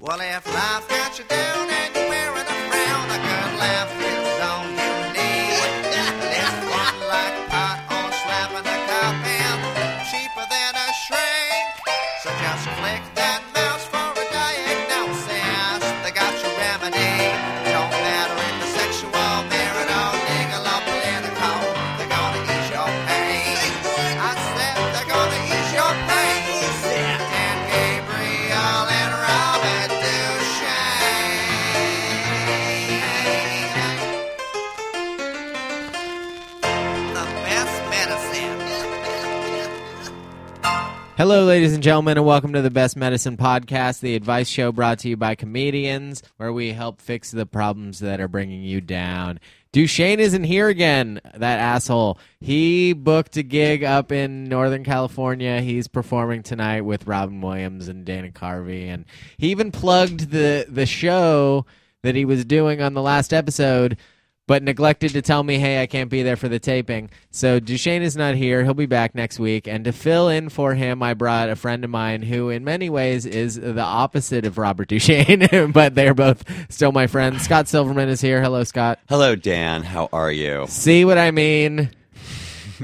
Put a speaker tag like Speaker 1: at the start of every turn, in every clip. Speaker 1: Well, if life got you down and you're wearing a frown, a good laugh is all you need. There's one like pot or slapping a cop and cheaper than a shrink. So just flick that mouse for a diagnosis. They got your remedy. Don't matter if it's sexual, marital, legal, or political. They're gonna ease your pain. I said they're gonna ease your pain. And Gabriel and Robert Duchesne. The best medicine.
Speaker 2: Hello, ladies and gentlemen, and welcome to the Best Medicine Podcast, the advice show brought to you by comedians, where we help fix the problems that are bringing you down. Duchesne isn't here again, that asshole. He booked a gig up in Northern California. He's performing tonight with Robin Williams and Dana Carvey, and he even plugged the, the show that he was doing on the last episode but neglected to tell me, hey, I can't be there for the taping. So Duchesne is not here. He'll be back next week. And to fill in for him, I brought a friend of mine who, in many ways, is the opposite of Robert Duchesne, but they're both still my friends. Scott Silverman is here. Hello, Scott.
Speaker 3: Hello, Oh, Dan. How are you?
Speaker 2: See what I mean?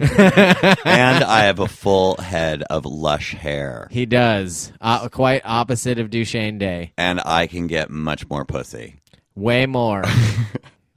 Speaker 3: and I have a full head of lush hair,
Speaker 2: He does. Uh, quite opposite of Duchesne Day.
Speaker 3: and I can get much more pussy.
Speaker 2: Way more.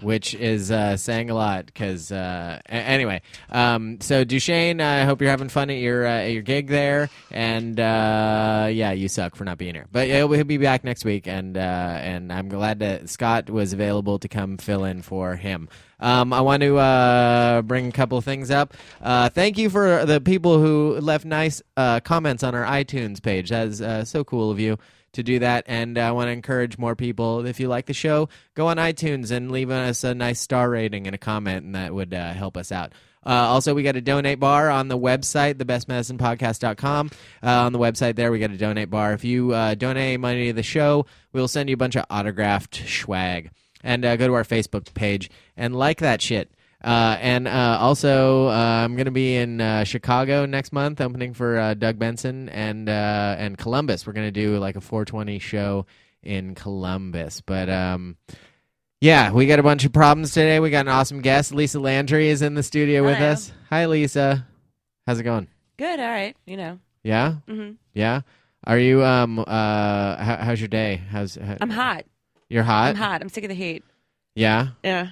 Speaker 2: Which is uh, saying a lot because uh, a- anyway. Um, so Duchesne, I hope you're having fun at your uh, at your gig there, and uh, yeah, you suck for not being here. But he'll, he'll be back next week, and uh, and I'm glad that Scott was available to come fill in for him. Um, I want to uh, bring a couple of things up. Uh, thank you for the people who left nice uh, comments on our iTunes page. That is uh, so cool of you to do that. And I want to encourage more people. If you like the show, go on iTunes and leave us a nice star rating and a comment, and that would uh, help us out. Uh, also, we got a donate bar on the website, thebestmedicinepodcast.com. Uh, on the website there, we got a donate bar. If you uh, donate money to the show, we'll send you a bunch of autographed swag. And uh, go to our Facebook page and like that shit. Uh, and uh, also, uh, I'm going to be in uh, Chicago next month, opening for uh, Doug Benson and uh, and Columbus. We're going to do like a 420 show in Columbus. But um, yeah, we got a bunch of problems today. We got an awesome guest. Lisa Landry is in the studio with
Speaker 4: Hello.
Speaker 2: us. Hi, Lisa. How's it going?
Speaker 4: Good. All right. You know,
Speaker 2: Yeah,
Speaker 4: Mhm.
Speaker 2: yeah. Are you um uh how, how's your day? How's how,
Speaker 4: I'm hot.
Speaker 2: You're hot.
Speaker 4: I'm hot. I'm sick of the heat.
Speaker 2: Yeah,
Speaker 4: Yeah.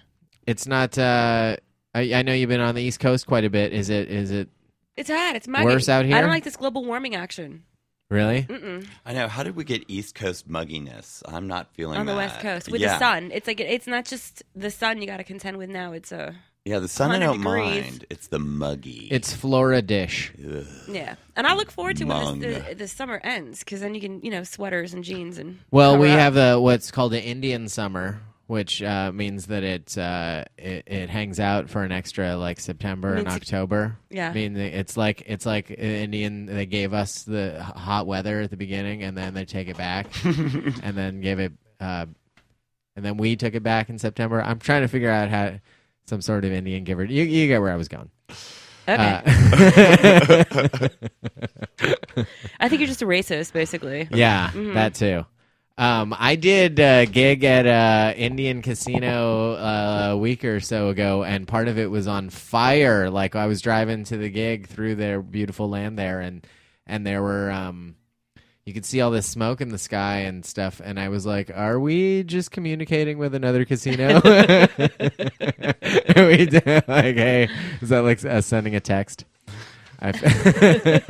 Speaker 2: it's not. uh I, I know you've been on the East Coast quite a bit. Is it? Is it
Speaker 4: It's hot. It's muggy.
Speaker 2: Worse out
Speaker 4: I
Speaker 2: here?
Speaker 4: don't like this global warming action.
Speaker 2: really?
Speaker 4: Mm-mm.
Speaker 3: I know. How did we get East Coast mugginess? I'm not feeling
Speaker 4: On the
Speaker 3: that.
Speaker 4: West Coast with
Speaker 3: yeah.
Speaker 4: the sun. It's like it's not just the sun you got to contend with now. It's a
Speaker 3: Yeah, the sun. I
Speaker 4: 100
Speaker 3: don't
Speaker 4: degrees.
Speaker 3: mind. It's the muggy.
Speaker 2: It's Flora dish.
Speaker 3: Ugh.
Speaker 4: yeah. And I look forward to when this,
Speaker 3: Mung.
Speaker 4: the, the summer ends because then you can you know sweaters and jeans and
Speaker 2: Well,
Speaker 4: cover
Speaker 2: we
Speaker 4: up.
Speaker 2: have the what's called the Indian summer, which uh, means that it, uh, it it hangs out for an extra like September and
Speaker 4: Means-
Speaker 2: October. I
Speaker 4: yeah.
Speaker 2: mean, it's like it's like Indian. They gave us the h- hot weather at the beginning, and then they take it back, and then gave it, uh, and then we took it back in September. I'm trying to figure out how some sort of Indian giver. You you get where I was going.
Speaker 4: Okay.
Speaker 2: Uh,
Speaker 4: I think you're just a racist, basically.
Speaker 2: Yeah,
Speaker 4: Mhm.
Speaker 2: that too. Um, I did a gig at a Indian casino uh, a week or so ago, and part of it was on fire. Like I was driving to the gig through their beautiful land there, and and there were um, you could see all this smoke in the sky and stuff. And I was like, "Are we just communicating with another casino? Are we d- like, hey, is that like us sending a text?" I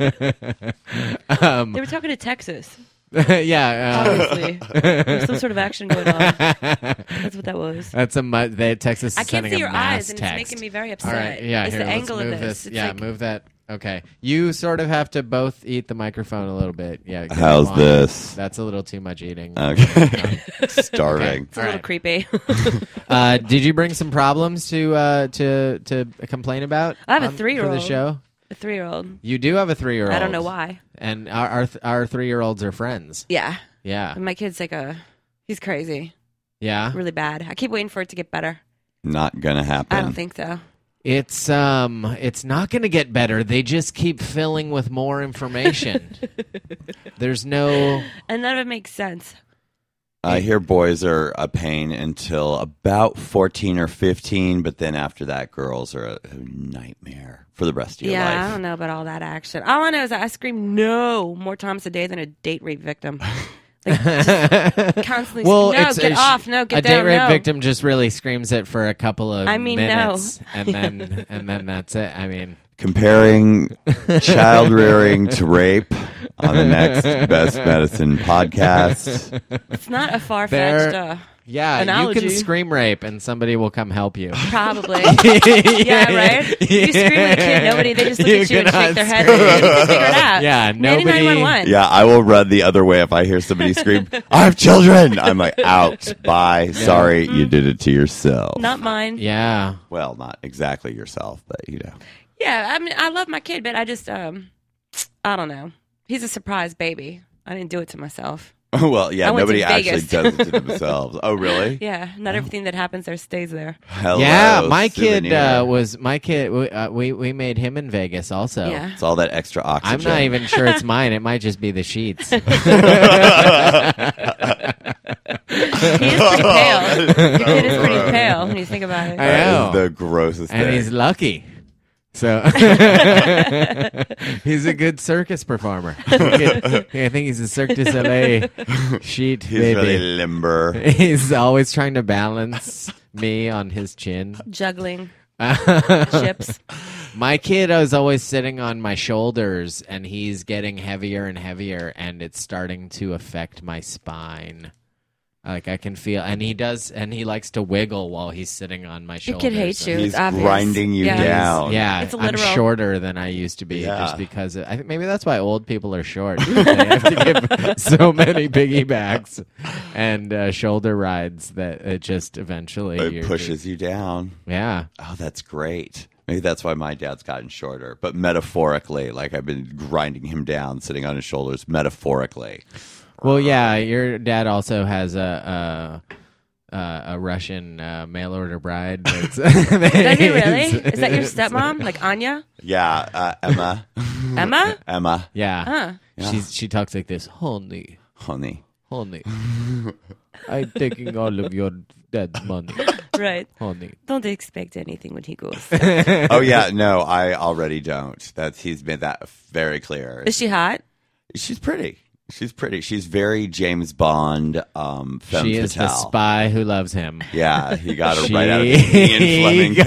Speaker 2: f- um,
Speaker 4: They were talking to Texas,
Speaker 2: yeah.
Speaker 4: obviously. There's
Speaker 2: Uh,
Speaker 4: some sort of action going on. That's what that was.
Speaker 2: That's a mu- they, Texas. Is
Speaker 4: I can't
Speaker 2: sending
Speaker 4: see
Speaker 2: a
Speaker 4: your
Speaker 2: mass
Speaker 4: eyes, and
Speaker 2: text.
Speaker 4: it's making me very
Speaker 2: All
Speaker 4: upset.
Speaker 2: right, yeah.
Speaker 4: it's
Speaker 2: here,
Speaker 4: the
Speaker 2: let's
Speaker 4: angle
Speaker 2: move
Speaker 4: of this. It's
Speaker 2: Yeah,
Speaker 4: like,
Speaker 2: move that. Okay, you sort of have to both eat the microphone a little bit. Yeah. come
Speaker 3: How's
Speaker 2: on.
Speaker 3: this? Uh,
Speaker 2: That's a little too much eating.
Speaker 3: Okay. Starving.
Speaker 4: It's a little
Speaker 2: Alright.
Speaker 4: creepy.
Speaker 2: Uh, did you bring some problems to uh, to to complain about?
Speaker 4: I have a
Speaker 2: on- for
Speaker 4: three-year-old.
Speaker 2: the show.
Speaker 4: a three-year-old.
Speaker 2: You do have a three-year-old.
Speaker 4: I don't know why.
Speaker 2: And our our, th- our three-year-olds are friends.
Speaker 4: Yeah,
Speaker 2: Yeah.
Speaker 4: my kid's like a. He's crazy,
Speaker 2: Yeah.
Speaker 4: really bad. I keep waiting for it to get better.
Speaker 3: Not gonna happen.
Speaker 4: I don't think so.
Speaker 2: It's um it's not going to get better. They just keep filling with more information. There's no
Speaker 4: And none of it makes sense.
Speaker 3: I hear boys are a pain until about 14 or 15, but then after that, girls are a, a nightmare for the rest of your
Speaker 4: yeah, I
Speaker 3: life.
Speaker 4: don't know about all that action. All I know is that I scream no more times a day than a date rape victim. Like, just constantly
Speaker 2: Well,
Speaker 4: scream, no,
Speaker 2: it's
Speaker 4: get
Speaker 2: a sh-
Speaker 4: off, no, get
Speaker 2: a
Speaker 4: down,
Speaker 2: date rape
Speaker 4: no.
Speaker 2: victim just really screams it for a couple of
Speaker 4: I mean, no.
Speaker 2: minutes, and then and then that's it. I mean,
Speaker 3: Comparing child rearing to rape on the next Best Medicine podcast.
Speaker 4: It's not a far fetched,
Speaker 2: There-
Speaker 4: uh,
Speaker 2: yeah, you
Speaker 4: Analogy.
Speaker 2: can scream rape, and somebody will come help you.
Speaker 4: probably. yeah, right? You scream at a kid, nobody, they just look at you and shake their head. and
Speaker 2: cannot
Speaker 4: you can
Speaker 2: scream.
Speaker 4: figure it out.
Speaker 2: Yeah,
Speaker 4: Maybe
Speaker 2: nobody-
Speaker 4: 911.
Speaker 3: Yeah, I will run the other way if I hear somebody scream, I have children. I'm like, out. Bye. Sorry, you did it to yourself.
Speaker 4: Not mine. Yeah.
Speaker 2: Yeah.
Speaker 3: Well, not exactly yourself, but you know.
Speaker 4: I mean, I love my kid, but I just, um, I don't know. He's a surprise baby. I didn't do it to myself.
Speaker 3: well, yeah,
Speaker 4: I went to
Speaker 3: nobody actually
Speaker 4: Vegas.
Speaker 3: does it to themselves. Oh, really?
Speaker 4: Yeah, not everything that happens there stays there.
Speaker 3: Hello,
Speaker 2: yeah, my kid
Speaker 3: souvenir.
Speaker 2: uh, was my kid. We, uh, we we made him in Vegas also.
Speaker 4: Yeah.
Speaker 3: It's all that extra oxygen.
Speaker 2: I'm not even sure it's mine. It might just be the sheets.
Speaker 4: He is pretty pale. Your kid is pretty
Speaker 3: gross.
Speaker 4: pale when you think about it.
Speaker 2: I know.
Speaker 3: That is the grossest
Speaker 2: and
Speaker 3: thing.
Speaker 2: he's lucky. So he's a good circus performer. He could- I think he's a Cirque du Soleil sheet
Speaker 3: He's
Speaker 2: baby.
Speaker 3: really limber.
Speaker 2: He's always trying to balance me on his chin.
Speaker 4: Juggling chips.
Speaker 2: My kid is always sitting on my shoulders, and he's getting heavier and heavier, and it's starting to affect my spine. Like I can feel, and he does, and he likes to wiggle while he's sitting on my
Speaker 4: Your
Speaker 2: shoulders.
Speaker 4: kid hates you.
Speaker 3: He's
Speaker 4: it's obvious.
Speaker 3: grinding you
Speaker 4: Yeah.
Speaker 3: down.
Speaker 2: Yeah,
Speaker 4: It's
Speaker 2: I'm
Speaker 4: literal.
Speaker 2: shorter than I used to be
Speaker 3: Oh, Yeah.
Speaker 2: just because of, I think maybe that's why old people are short. they have to give so many piggybacks and uh, shoulder rides that it just eventually
Speaker 3: It
Speaker 2: you're
Speaker 3: pushes you down.
Speaker 2: just- yeah,
Speaker 3: Oh, that's great. Maybe that's why my dad's gotten shorter, but metaphorically, like I've been grinding him down, sitting on his shoulders, metaphorically. Uh,
Speaker 2: well, yeah. Your dad also has a. a uh, a Russian uh, mail order bride. That's,
Speaker 4: Does he really? Is that your stepmom? Like Anya?
Speaker 3: Yeah, uh, Emma,
Speaker 4: Emma?
Speaker 3: Emma,
Speaker 2: Yeah.
Speaker 4: Huh.
Speaker 2: She's, she talks like this. Honey,
Speaker 3: honey.
Speaker 2: honey, I'm taking all of your dad's money.
Speaker 4: Right.
Speaker 2: Honey.
Speaker 4: Don't expect anything when he goes.
Speaker 3: Oh yeah, no, I already don't. That's he's made that very clear.
Speaker 4: Is she hot?
Speaker 3: She's pretty. She's pretty. She's very James Bond. Um, femme
Speaker 2: she is the
Speaker 3: fatale.
Speaker 2: spy who loves him.
Speaker 3: Yeah, he got her
Speaker 2: She
Speaker 3: right out of the Ian Fleming
Speaker 2: got-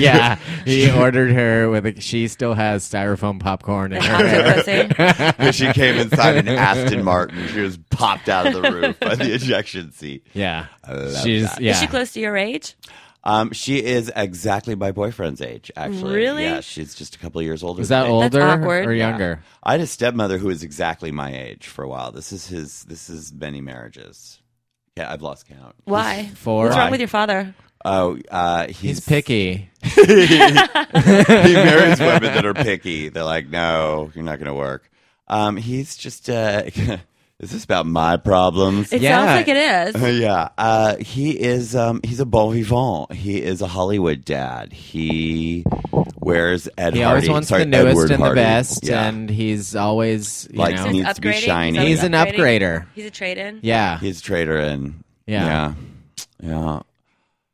Speaker 2: Yeah, he ordered her with. A, she still has styrofoam popcorn in her.
Speaker 4: Octopussy?
Speaker 3: When she came inside an Aston Martin, she was popped out of the roof by the ejection seat.
Speaker 2: Yeah,
Speaker 3: love
Speaker 2: she's
Speaker 3: that.
Speaker 2: yeah.
Speaker 4: Is she close to your age?
Speaker 3: Um, she is exactly my boyfriend's age, actually.
Speaker 4: Really?
Speaker 3: Yeah, she's just a couple of years older.
Speaker 2: is
Speaker 3: than
Speaker 2: that
Speaker 3: me.
Speaker 2: older
Speaker 4: awkward.
Speaker 2: or
Speaker 4: Yeah.
Speaker 2: younger?
Speaker 3: I had a stepmother who was exactly my age for a while. This is his. This is many marriages. Yeah, I've lost count.
Speaker 4: Why?
Speaker 2: Four.
Speaker 4: What's
Speaker 3: Why?
Speaker 4: wrong with your father?
Speaker 3: Oh, uh,
Speaker 2: He's picky.
Speaker 3: he marries women that are picky. They're like, no, you're not going to work. Um, he's just, uh, is this about my problems?
Speaker 4: It
Speaker 2: Yeah.
Speaker 4: sounds like it is.
Speaker 3: yeah. Uh, he is, um, he's a bon vivant. He is a Hollywood dad. He wears Ed
Speaker 2: He
Speaker 3: Hardy.
Speaker 2: always wants
Speaker 3: Sorry,
Speaker 2: the newest
Speaker 3: Edward
Speaker 2: and the
Speaker 3: Hardy.
Speaker 2: best,
Speaker 3: Yeah.
Speaker 2: and he's always you
Speaker 3: Like,
Speaker 2: know.
Speaker 3: he's-
Speaker 4: He's
Speaker 3: Needs to be
Speaker 4: upgrading?
Speaker 3: shiny.
Speaker 4: always
Speaker 2: He's an
Speaker 4: upgrading?
Speaker 2: upgrader.
Speaker 4: He's a trade in?
Speaker 2: yeah,
Speaker 3: he's traitor in.
Speaker 2: Yeah.
Speaker 3: Yeah. Yeah.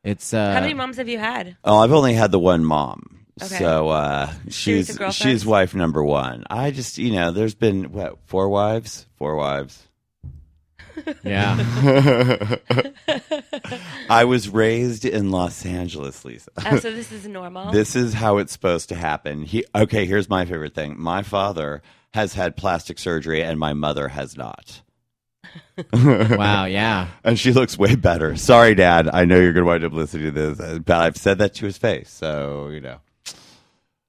Speaker 2: it's uh.
Speaker 4: How many moms have you had?
Speaker 3: Oh, I've only had the one mom.
Speaker 4: Okay.
Speaker 3: So uh,
Speaker 4: Series
Speaker 3: she's
Speaker 4: of girlfriends?
Speaker 3: she's wife number one. I just you know, there's been what four wives, four wives.
Speaker 2: yeah,
Speaker 3: I was raised in Los Angeles, Lisa.
Speaker 4: Oh, so this is normal.
Speaker 3: This is how it's supposed to happen. He okay, here's my favorite thing. My father has had plastic surgery and my mother has not.
Speaker 2: wow, yeah.
Speaker 3: And she looks way better. Sorry, Dad. I know you're gonna wind up listening to this, uh, but I've said that to his face, so you know.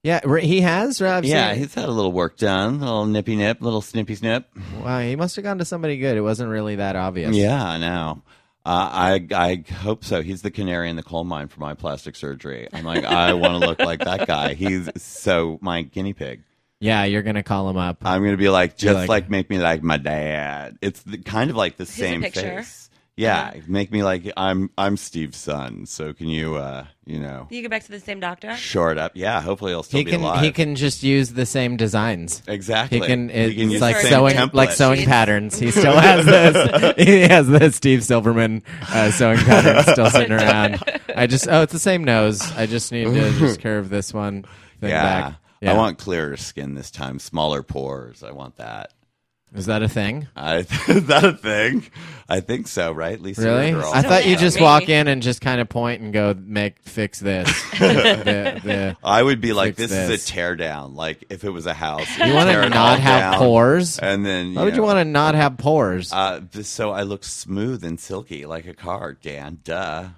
Speaker 2: Yeah, re- he has. Rob,
Speaker 3: Yeah, he's had a little work done, a little nippy nip, little snippy snip.
Speaker 2: wow, he must have gone to somebody good. It wasn't really that obvious.
Speaker 3: Yeah, I know. Uh, I I hope so. He's the canary in the coal mine for my plastic surgery. I'm like, I want to look like that guy. He's so my guinea pig.
Speaker 2: yeah. You're gonna call him up.
Speaker 3: I'm gonna be like, just
Speaker 2: like-
Speaker 3: like, make me like my dad. It's the, kind of like the same
Speaker 4: picture. Uh-huh.
Speaker 3: face. Yeah, make me like I'm I'm Steve's son. So can you uh you know
Speaker 4: You go back to the same doctor.
Speaker 3: short up? Yeah, hopefully he'll still
Speaker 2: He
Speaker 3: be
Speaker 2: can
Speaker 3: alive.
Speaker 2: he can just use the same designs.
Speaker 3: exactly.
Speaker 2: He can it's
Speaker 3: use
Speaker 2: like
Speaker 3: the same
Speaker 2: sewing like
Speaker 3: template.
Speaker 2: sewing
Speaker 4: Sheets.
Speaker 2: patterns. He still has this. he has this Steve Silverman uh, sewing pattern still sitting around. I just oh, it's the same nose. I just need to just curve this one thing
Speaker 3: Yeah.
Speaker 2: back.
Speaker 3: I want clearer skin this time, smaller pores. I want that.
Speaker 2: Is that a thing?
Speaker 3: I, is that a thing? I think so, right? Lisa
Speaker 2: Really?
Speaker 3: Rinderhoff.
Speaker 2: I thought you
Speaker 4: Yeah,
Speaker 2: just
Speaker 4: maybe.
Speaker 2: walk in and just kind of point and go make fix this. The- the-
Speaker 3: I would be like,
Speaker 2: Fix
Speaker 3: this,
Speaker 2: this.
Speaker 3: is a teardown. Like if it was a house,
Speaker 2: you want
Speaker 3: tear
Speaker 2: to
Speaker 3: it all
Speaker 2: not have
Speaker 3: down,
Speaker 2: pores?
Speaker 3: And then
Speaker 2: Why would you
Speaker 3: know,
Speaker 2: want to not have pores?
Speaker 3: Uh, th- so I look smooth and silky like a car, Dan. Duh.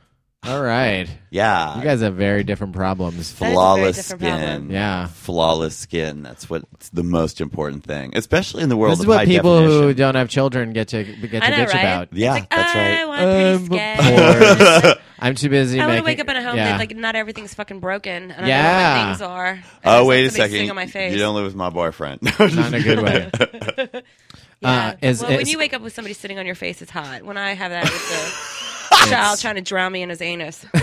Speaker 2: All right,
Speaker 3: Yeah.
Speaker 2: you guys have very different problems.
Speaker 4: That is a very
Speaker 3: flawless
Speaker 4: different
Speaker 3: skin.
Speaker 4: problem.
Speaker 2: Yeah.
Speaker 3: Flawless skin. That's what's the most important thing, especially in the world
Speaker 2: This is
Speaker 3: of
Speaker 2: what
Speaker 3: high
Speaker 2: people who
Speaker 3: definition.
Speaker 2: don't have children get to get to
Speaker 4: I know,
Speaker 2: bitch
Speaker 4: right?
Speaker 2: about.
Speaker 3: Yeah,
Speaker 4: Like,
Speaker 3: that's
Speaker 4: I
Speaker 3: right.
Speaker 4: want pretty
Speaker 2: Um,
Speaker 4: skin.
Speaker 2: pores. I'm too busy.
Speaker 4: I want to
Speaker 2: making-
Speaker 4: wake up in a home
Speaker 2: yeah.
Speaker 4: that like not everything's fucking broken, and I
Speaker 2: Yeah.
Speaker 4: don't know what my things are. I just
Speaker 3: Oh,
Speaker 4: want
Speaker 3: wait a
Speaker 4: somebody to
Speaker 3: second.
Speaker 4: sing On my face.
Speaker 3: You don't live with my boyfriend.
Speaker 2: not in a good way.
Speaker 4: Yeah.
Speaker 2: Uh, is,
Speaker 4: well, when
Speaker 2: is-
Speaker 4: you wake up with somebody sitting on your face, it's hot. When I have that, it's a child trying to drown me in his anus.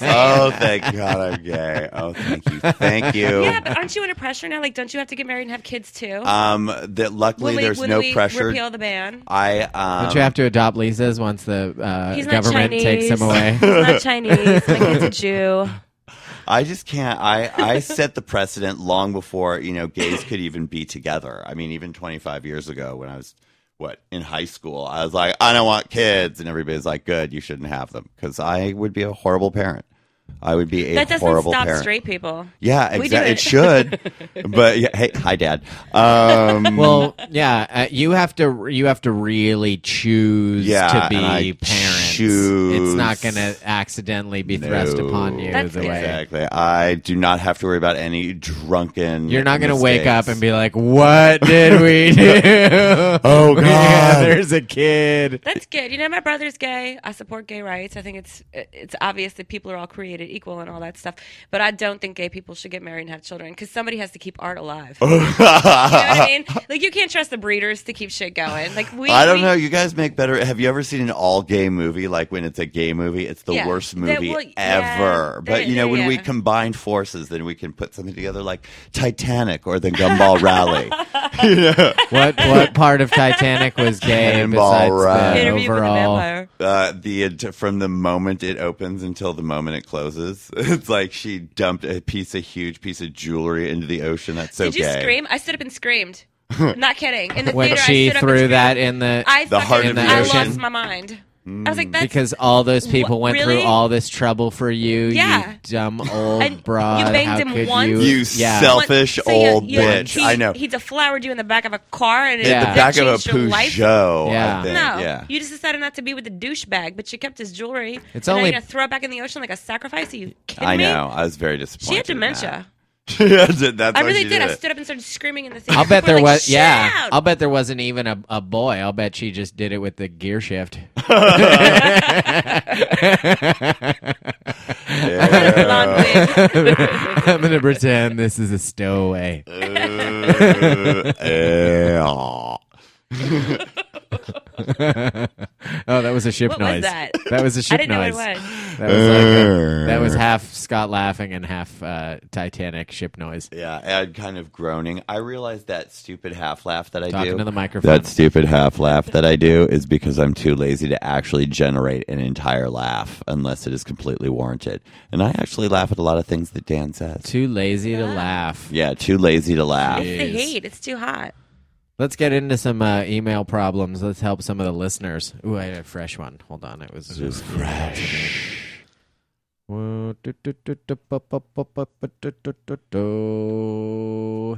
Speaker 3: oh, thank God I'm gay. Oh, thank you. Thank you.
Speaker 4: yeah, but aren't you under pressure now? Like, don't you have to get married and have kids too?
Speaker 3: um, that luckily
Speaker 4: will we,
Speaker 3: there's
Speaker 4: will
Speaker 3: no
Speaker 4: we
Speaker 3: pressure.
Speaker 4: repeal the ban?
Speaker 3: I um,
Speaker 2: don't you have to adopt Lisa's once the uh,
Speaker 4: He's not
Speaker 2: government
Speaker 4: Chinese.
Speaker 2: takes him away?
Speaker 4: He's not Chinese. My kid's a Jew.
Speaker 3: I just can't. I, I set the precedent long before you know gays could even be together. I mean, even 25 years ago when I was what in high school, I was like, I don't want kids, and everybody's like, Good, you shouldn't have them because I would be a horrible parent. I would be a
Speaker 4: That doesn't
Speaker 3: horrible
Speaker 4: stop
Speaker 3: parent.
Speaker 4: straight people.
Speaker 3: Yeah,
Speaker 4: We do
Speaker 3: exactly. It
Speaker 4: it.
Speaker 3: should, but yeah, hey, hi, Dad. Um,
Speaker 2: well, yeah, uh, you have to you have to really choose
Speaker 3: Yeah,
Speaker 2: to be
Speaker 3: and I
Speaker 2: parents.
Speaker 3: choose-
Speaker 2: It's not going to accidentally be thrust
Speaker 3: No.
Speaker 2: upon you
Speaker 4: That's
Speaker 2: the
Speaker 4: good.
Speaker 2: way.
Speaker 3: exactly. I do not have to worry about any drunken.
Speaker 2: You're not going to wake
Speaker 3: mistakes.
Speaker 2: up and be like, "What did we do?"
Speaker 3: Oh,
Speaker 2: Yeah,
Speaker 3: God.
Speaker 2: there's a kid.
Speaker 4: That's good. You know, my brother's gay. I support gay rights. I think it's it's obvious that people are all created equal and all that stuff. But I don't think gay people should get married and have children because somebody has to keep art alive. you know what I mean? Like you can't trust the breeders to keep shit going. Like we,
Speaker 3: I don't
Speaker 4: we-
Speaker 3: know. You guys make better. Have you ever seen an all gay movie? Like when it's a gay movie, it's the
Speaker 4: Yeah.
Speaker 3: worst
Speaker 4: That-
Speaker 3: movie
Speaker 4: well, yeah.
Speaker 3: ever. but
Speaker 4: They-
Speaker 3: you know, when we
Speaker 4: yeah.
Speaker 3: combine forces, then we can put something together like Titanic or the Gumball Rally. You know?
Speaker 2: What what part of Titanic was gay
Speaker 3: Cannonball
Speaker 2: besides
Speaker 3: Run.
Speaker 2: the
Speaker 4: Interview with the
Speaker 2: overall?
Speaker 4: vampire.
Speaker 3: Uh, the from the moment it opens until the moment it closes, it's like she dumped a piece, a huge piece of jewelry into the ocean. That's so
Speaker 4: Did you
Speaker 3: gay.
Speaker 4: scream? I stood up and screamed. Not kidding. In the
Speaker 2: When
Speaker 4: theater, I
Speaker 2: she
Speaker 4: stood up
Speaker 2: threw
Speaker 4: and
Speaker 2: that
Speaker 4: screamed.
Speaker 2: in the
Speaker 4: I
Speaker 3: The Mm.
Speaker 4: fucking,
Speaker 3: heart
Speaker 2: of the
Speaker 4: I
Speaker 2: ocean.
Speaker 4: lost my mind. I was like, that's
Speaker 2: because all those people
Speaker 4: Wha-
Speaker 2: went
Speaker 4: really?
Speaker 2: through all this trouble for you,
Speaker 4: Yeah.
Speaker 2: you dumb old
Speaker 4: And
Speaker 2: broad.
Speaker 4: you banged
Speaker 2: How
Speaker 4: him
Speaker 2: could
Speaker 4: once?
Speaker 2: you?
Speaker 3: You
Speaker 2: yeah.
Speaker 3: self- selfish old bitch.
Speaker 4: He,
Speaker 3: I know.
Speaker 4: He deflowered you in the back of a car and it
Speaker 2: Yeah.
Speaker 3: in the back of a
Speaker 4: changed your life.
Speaker 3: Peugeot.
Speaker 2: Yeah.
Speaker 3: I think.
Speaker 4: No,
Speaker 3: Yeah.
Speaker 4: you just decided not to be with the douchebag, but you kept his jewelry.
Speaker 2: It's
Speaker 4: and now
Speaker 2: only-
Speaker 4: you're gonna throw it back in the ocean like a sacrifice. Are you kidding
Speaker 3: I
Speaker 4: me?
Speaker 3: know. I was very disappointed.
Speaker 4: She had
Speaker 3: in that.
Speaker 4: dementia.
Speaker 3: She had to- that's
Speaker 4: I
Speaker 3: why
Speaker 4: really
Speaker 3: she
Speaker 4: did. I
Speaker 3: it.
Speaker 4: stood up and started screaming in the theater.
Speaker 2: I'll bet
Speaker 4: People
Speaker 2: there
Speaker 4: were like,
Speaker 2: was.
Speaker 4: "Shut
Speaker 2: Yeah,
Speaker 4: out."
Speaker 2: I'll bet there wasn't even a, a boy. I'll bet she just did it with the gear shift.
Speaker 4: With a blonde wig.
Speaker 2: I'm gonna pretend this is a stowaway.
Speaker 3: yeah.
Speaker 2: Oh, that was a ship
Speaker 4: What was
Speaker 2: noise.
Speaker 4: that?
Speaker 2: was a
Speaker 4: I
Speaker 2: ship
Speaker 4: didn't know what
Speaker 2: noise.
Speaker 4: it was.
Speaker 2: That was like a- that was half Scott laughing and half uh, Titanic ship noise.
Speaker 3: Yeah, and kind of groaning. I realized that stupid half laugh that I
Speaker 2: Talking
Speaker 3: do.
Speaker 2: to the microphone.
Speaker 3: that stupid half laugh that I do is because I'm too lazy to actually generate an entire laugh unless it is completely warranted. And I actually laugh at a lot of things that Dan says.
Speaker 2: Too lazy to laugh.
Speaker 3: Yeah, too lazy to laugh.
Speaker 4: It's the heat. It's too hot.
Speaker 2: Let's get into some uh, email problems. Let's help some of the listeners. Ooh, I had a fresh one. Hold on, it was just fresh.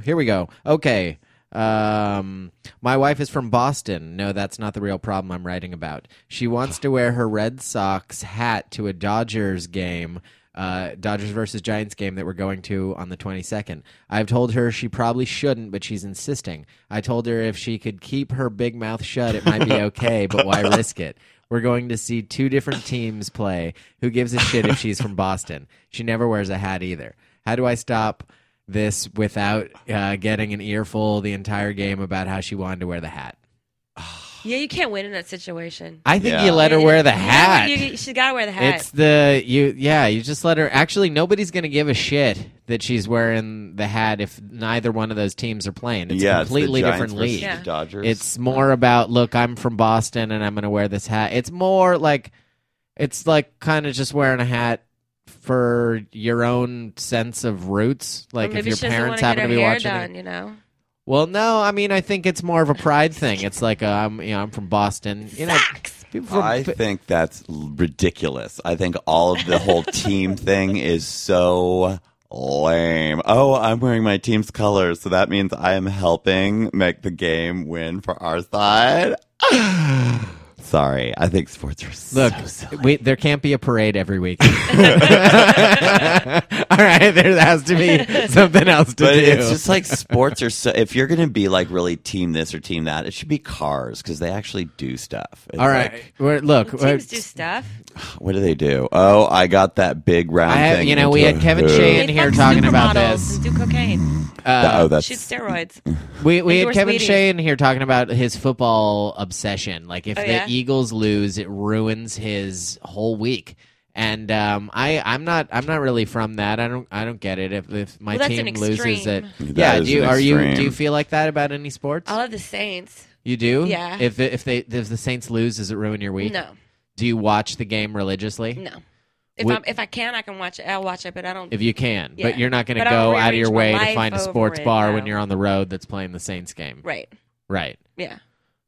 Speaker 2: Here we go. Okay. Um, my wife is from Boston. No, that's not the real problem I'm writing about. She wants to wear her Red Sox hat to a Dodgers game uh, Dodgers versus Giants game that we're going to on the 22nd. I've told her she probably shouldn't, but she's insisting. I told her if she could keep her big mouth shut, it might be okay, but why risk it? We're going to see two different teams play. Who gives a shit if she's from Boston? She never wears a hat either. How do I stop this without uh, getting an earful the entire game about how she wanted to wear the hat?
Speaker 4: Yeah, you can't win in that situation.
Speaker 2: I think
Speaker 3: Yeah.
Speaker 2: you let her
Speaker 4: Yeah,
Speaker 2: wear the
Speaker 4: you know,
Speaker 2: hat.
Speaker 4: You, she's got to wear the hat.
Speaker 2: It's the you yeah, you just let her actually nobody's gonna give a shit that she's wearing the hat if neither one of those teams are playing. It's
Speaker 3: yeah,
Speaker 2: a
Speaker 3: it's the
Speaker 2: completely
Speaker 3: Giants
Speaker 2: different
Speaker 3: versus
Speaker 2: league.
Speaker 4: Yeah.
Speaker 3: The Dodgers.
Speaker 2: It's more about look, I'm from Boston and I'm gonna wear this hat. It's more like it's like kind of just wearing a hat for your own sense of roots.
Speaker 4: Or
Speaker 2: Like if
Speaker 4: maybe
Speaker 2: your
Speaker 4: she doesn't
Speaker 2: parents
Speaker 4: wanna
Speaker 2: happen
Speaker 4: get
Speaker 2: to
Speaker 4: her
Speaker 2: be
Speaker 4: hair
Speaker 2: watching it.
Speaker 4: done, you know.
Speaker 2: Well, no, I mean I think it's more of a pride thing. It's like uh, I'm you know I'm from Boston. You know,
Speaker 4: Socks.
Speaker 2: people from
Speaker 3: I think that's l- ridiculous. I think all of the whole team thing is so lame. Oh, I'm wearing my team's colors, so that means I am helping make the game win for our side. Sorry, I think sports are
Speaker 2: Look,
Speaker 3: so silly.
Speaker 2: we, there can't be a parade every week. All right, there has to be something else to
Speaker 3: But
Speaker 2: do.
Speaker 3: it's just like sports are so. If you're going to be like really team this or team that, it should be cars because they actually do stuff. It's
Speaker 2: All right,
Speaker 3: like,
Speaker 2: we're, look,
Speaker 4: Teams
Speaker 2: we're-
Speaker 4: do stuff.
Speaker 3: what do they do? Oh, I got that big round
Speaker 2: I have-
Speaker 3: thing.
Speaker 2: you know,
Speaker 3: into
Speaker 2: we
Speaker 3: a
Speaker 2: had Kevin
Speaker 3: hoop.
Speaker 2: Shea
Speaker 4: They
Speaker 2: in here
Speaker 4: fuck
Speaker 2: talking about
Speaker 4: supermodels
Speaker 2: this.
Speaker 4: and Do cocaine.
Speaker 2: uh,
Speaker 3: oh, that's
Speaker 4: Shoot steroids.
Speaker 2: we we had
Speaker 4: Endorse
Speaker 2: Kevin
Speaker 4: Wheaties.
Speaker 2: Shea in here talking about his football obsession. Like if
Speaker 4: Oh,
Speaker 2: the
Speaker 4: yeah?
Speaker 2: Eagles lose, it ruins his whole week. And um, I I'm not I'm not really from that. I don't I don't get it. If if my
Speaker 4: Well, that's
Speaker 2: team
Speaker 4: an
Speaker 2: loses, it
Speaker 4: extreme.
Speaker 3: That
Speaker 2: yeah.
Speaker 3: is
Speaker 2: Do you
Speaker 3: an
Speaker 2: are you do
Speaker 3: extreme.
Speaker 2: you feel like that about any sports?
Speaker 4: I love the Saints.
Speaker 2: You do?
Speaker 4: Yeah.
Speaker 2: If if they if the Saints lose, does it ruin your week?
Speaker 4: No,
Speaker 2: Do you watch the game religiously?
Speaker 4: no. If,
Speaker 2: Would-
Speaker 4: I'm, if I can, I can watch it. I'll watch it, but I don't.
Speaker 2: If you can,
Speaker 4: Yeah.
Speaker 2: but you're not going to
Speaker 4: But I don't
Speaker 2: go out of your way
Speaker 4: rearrange my
Speaker 2: to
Speaker 4: life
Speaker 2: find a
Speaker 4: over
Speaker 2: sports
Speaker 4: it,
Speaker 2: bar
Speaker 4: no.
Speaker 2: when you're on the road that's playing the Saints game,
Speaker 4: right.
Speaker 2: right?
Speaker 4: Yeah.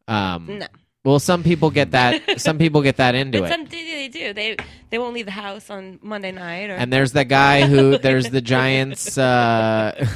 Speaker 2: Um,
Speaker 4: No.
Speaker 2: Well, some people get that. some people get that into
Speaker 4: But
Speaker 2: it.
Speaker 4: some do, they do. They they won't leave the house on Monday night or
Speaker 2: And there's that guy who there's the Giants. Uh,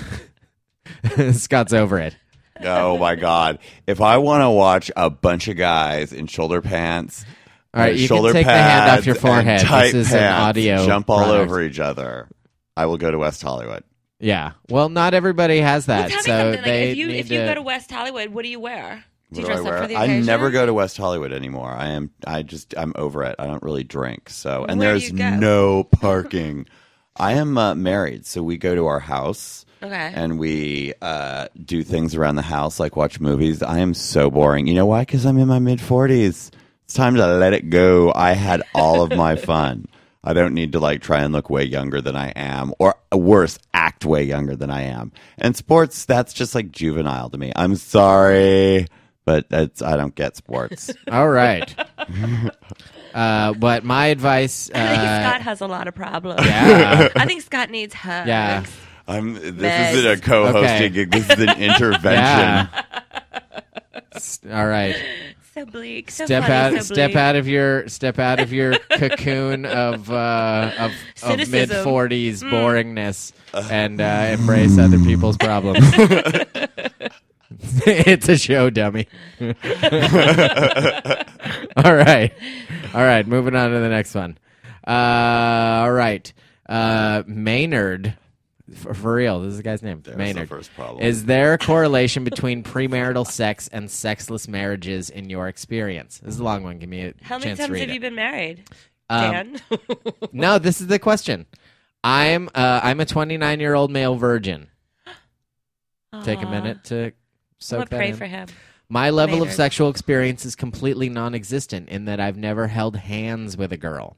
Speaker 2: Scott's over it.
Speaker 3: Oh my god! If I want to watch a bunch of guys in shoulder pants,
Speaker 2: All right,
Speaker 3: uh,
Speaker 2: you
Speaker 3: shoulder
Speaker 2: can take the hand off your
Speaker 3: pads and
Speaker 2: forehead.
Speaker 3: tight
Speaker 2: This is
Speaker 3: pants,
Speaker 2: an audio.
Speaker 3: jump all
Speaker 2: product.
Speaker 3: over each other. I will go to West Hollywood.
Speaker 2: Yeah. Well, not everybody has
Speaker 4: Well,
Speaker 2: that,
Speaker 4: tell me
Speaker 2: so
Speaker 4: something. Like,
Speaker 2: they
Speaker 4: if you
Speaker 2: need
Speaker 4: if you
Speaker 2: to.
Speaker 4: go to West Hollywood, what do you wear? Do you
Speaker 3: What do
Speaker 4: dress
Speaker 3: I
Speaker 4: up for
Speaker 3: wear?
Speaker 4: the
Speaker 3: I
Speaker 4: occasion?
Speaker 3: never go to West Hollywood anymore. I am. I just. I'm over it. I don't really drink. So and
Speaker 4: Where do
Speaker 3: there's
Speaker 4: you go?
Speaker 3: no parking. I am uh, married, so we go to our house.
Speaker 4: Okay.
Speaker 3: and we uh, do things around the house, like watch movies. I am so boring. You know why? Because I'm in my mid 40s. It's time to let it go. I had all of my fun. I don't need to like try and look way younger than I am, or uh, worse, act way younger than I am. And sports, that's just like juvenile to me. I'm sorry, but that's I don't get sports.
Speaker 2: All right. uh, but my advice.
Speaker 4: I think
Speaker 2: Uh,
Speaker 4: Scott has a lot of problems.
Speaker 2: yeah.
Speaker 4: I think Scott needs hugs.
Speaker 2: Yeah.
Speaker 3: I'm. This
Speaker 4: Mess.
Speaker 3: isn't a co-hosting
Speaker 2: Okay.
Speaker 3: gig. This is an intervention.
Speaker 2: Yeah. S- All right.
Speaker 4: So bleak. So
Speaker 2: Step
Speaker 4: funny,
Speaker 2: out.
Speaker 4: So
Speaker 2: Step
Speaker 4: bleak.
Speaker 2: out of your. Step out of your cocoon of uh, of, of
Speaker 4: Cynicism.
Speaker 2: mid forties boringness and uh, embrace other people's problems. it's a show, dummy. all right, all right. Moving on to the next one. Uh, all right, uh, Maynard. For, for real, this is the guy's name.
Speaker 3: There's
Speaker 2: Maynard.
Speaker 3: the first problem.
Speaker 2: Is there a correlation between premarital sex and sexless marriages in your experience? This is a long one. Give me a
Speaker 4: How many
Speaker 2: chance to
Speaker 4: times
Speaker 2: read
Speaker 4: have
Speaker 2: it.
Speaker 4: you been married,
Speaker 2: Um,
Speaker 4: Dan?
Speaker 2: No, this is the question. I'm uh, I'm a 29 year old male virgin. Take a
Speaker 4: Aw.
Speaker 2: minute to
Speaker 4: I'm
Speaker 2: soak
Speaker 4: gonna
Speaker 2: that
Speaker 4: pray
Speaker 2: in.
Speaker 4: for him.
Speaker 2: My level of
Speaker 4: Maynard.
Speaker 2: sexual experience is completely non-existent in that I've never held hands with a girl.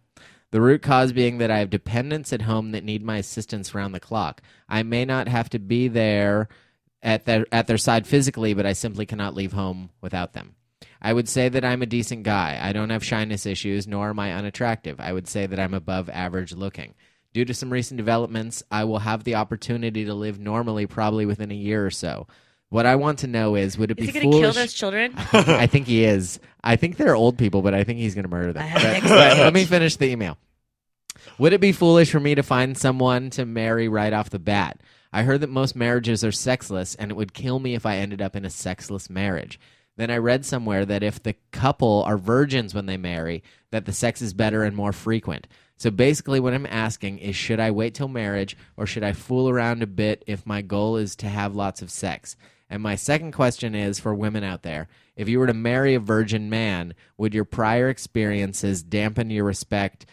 Speaker 2: The root cause being that I have dependents at home that need my assistance round the clock. I may not have to be there at their at their side physically, but I simply cannot leave home without them. I would say that I'm a decent guy. I don't have shyness issues, nor am I unattractive. I would say that I'm above average looking. Due to some recent developments, I will have the opportunity to live normally probably within a year or so. What I want to know is would it
Speaker 4: Is
Speaker 2: be
Speaker 4: he gonna
Speaker 2: foolish?
Speaker 4: kill those children?
Speaker 2: I think he is. I think they're old people, but I think he's going to murder them.
Speaker 4: I
Speaker 2: But,
Speaker 4: have an ex-
Speaker 2: but let me finish the email. Would it be foolish for me to find someone to marry right off the bat? I heard that most marriages are sexless, and it would kill me if I ended up in a sexless marriage. Then I read somewhere that if the couple are virgins when they marry, that the sex is better and more frequent. So basically, what I'm asking is should I wait till marriage or should I fool around a bit if my goal is to have lots of sex? And my second question is for women out there if you were to marry a virgin man, would your prior experiences dampen your respect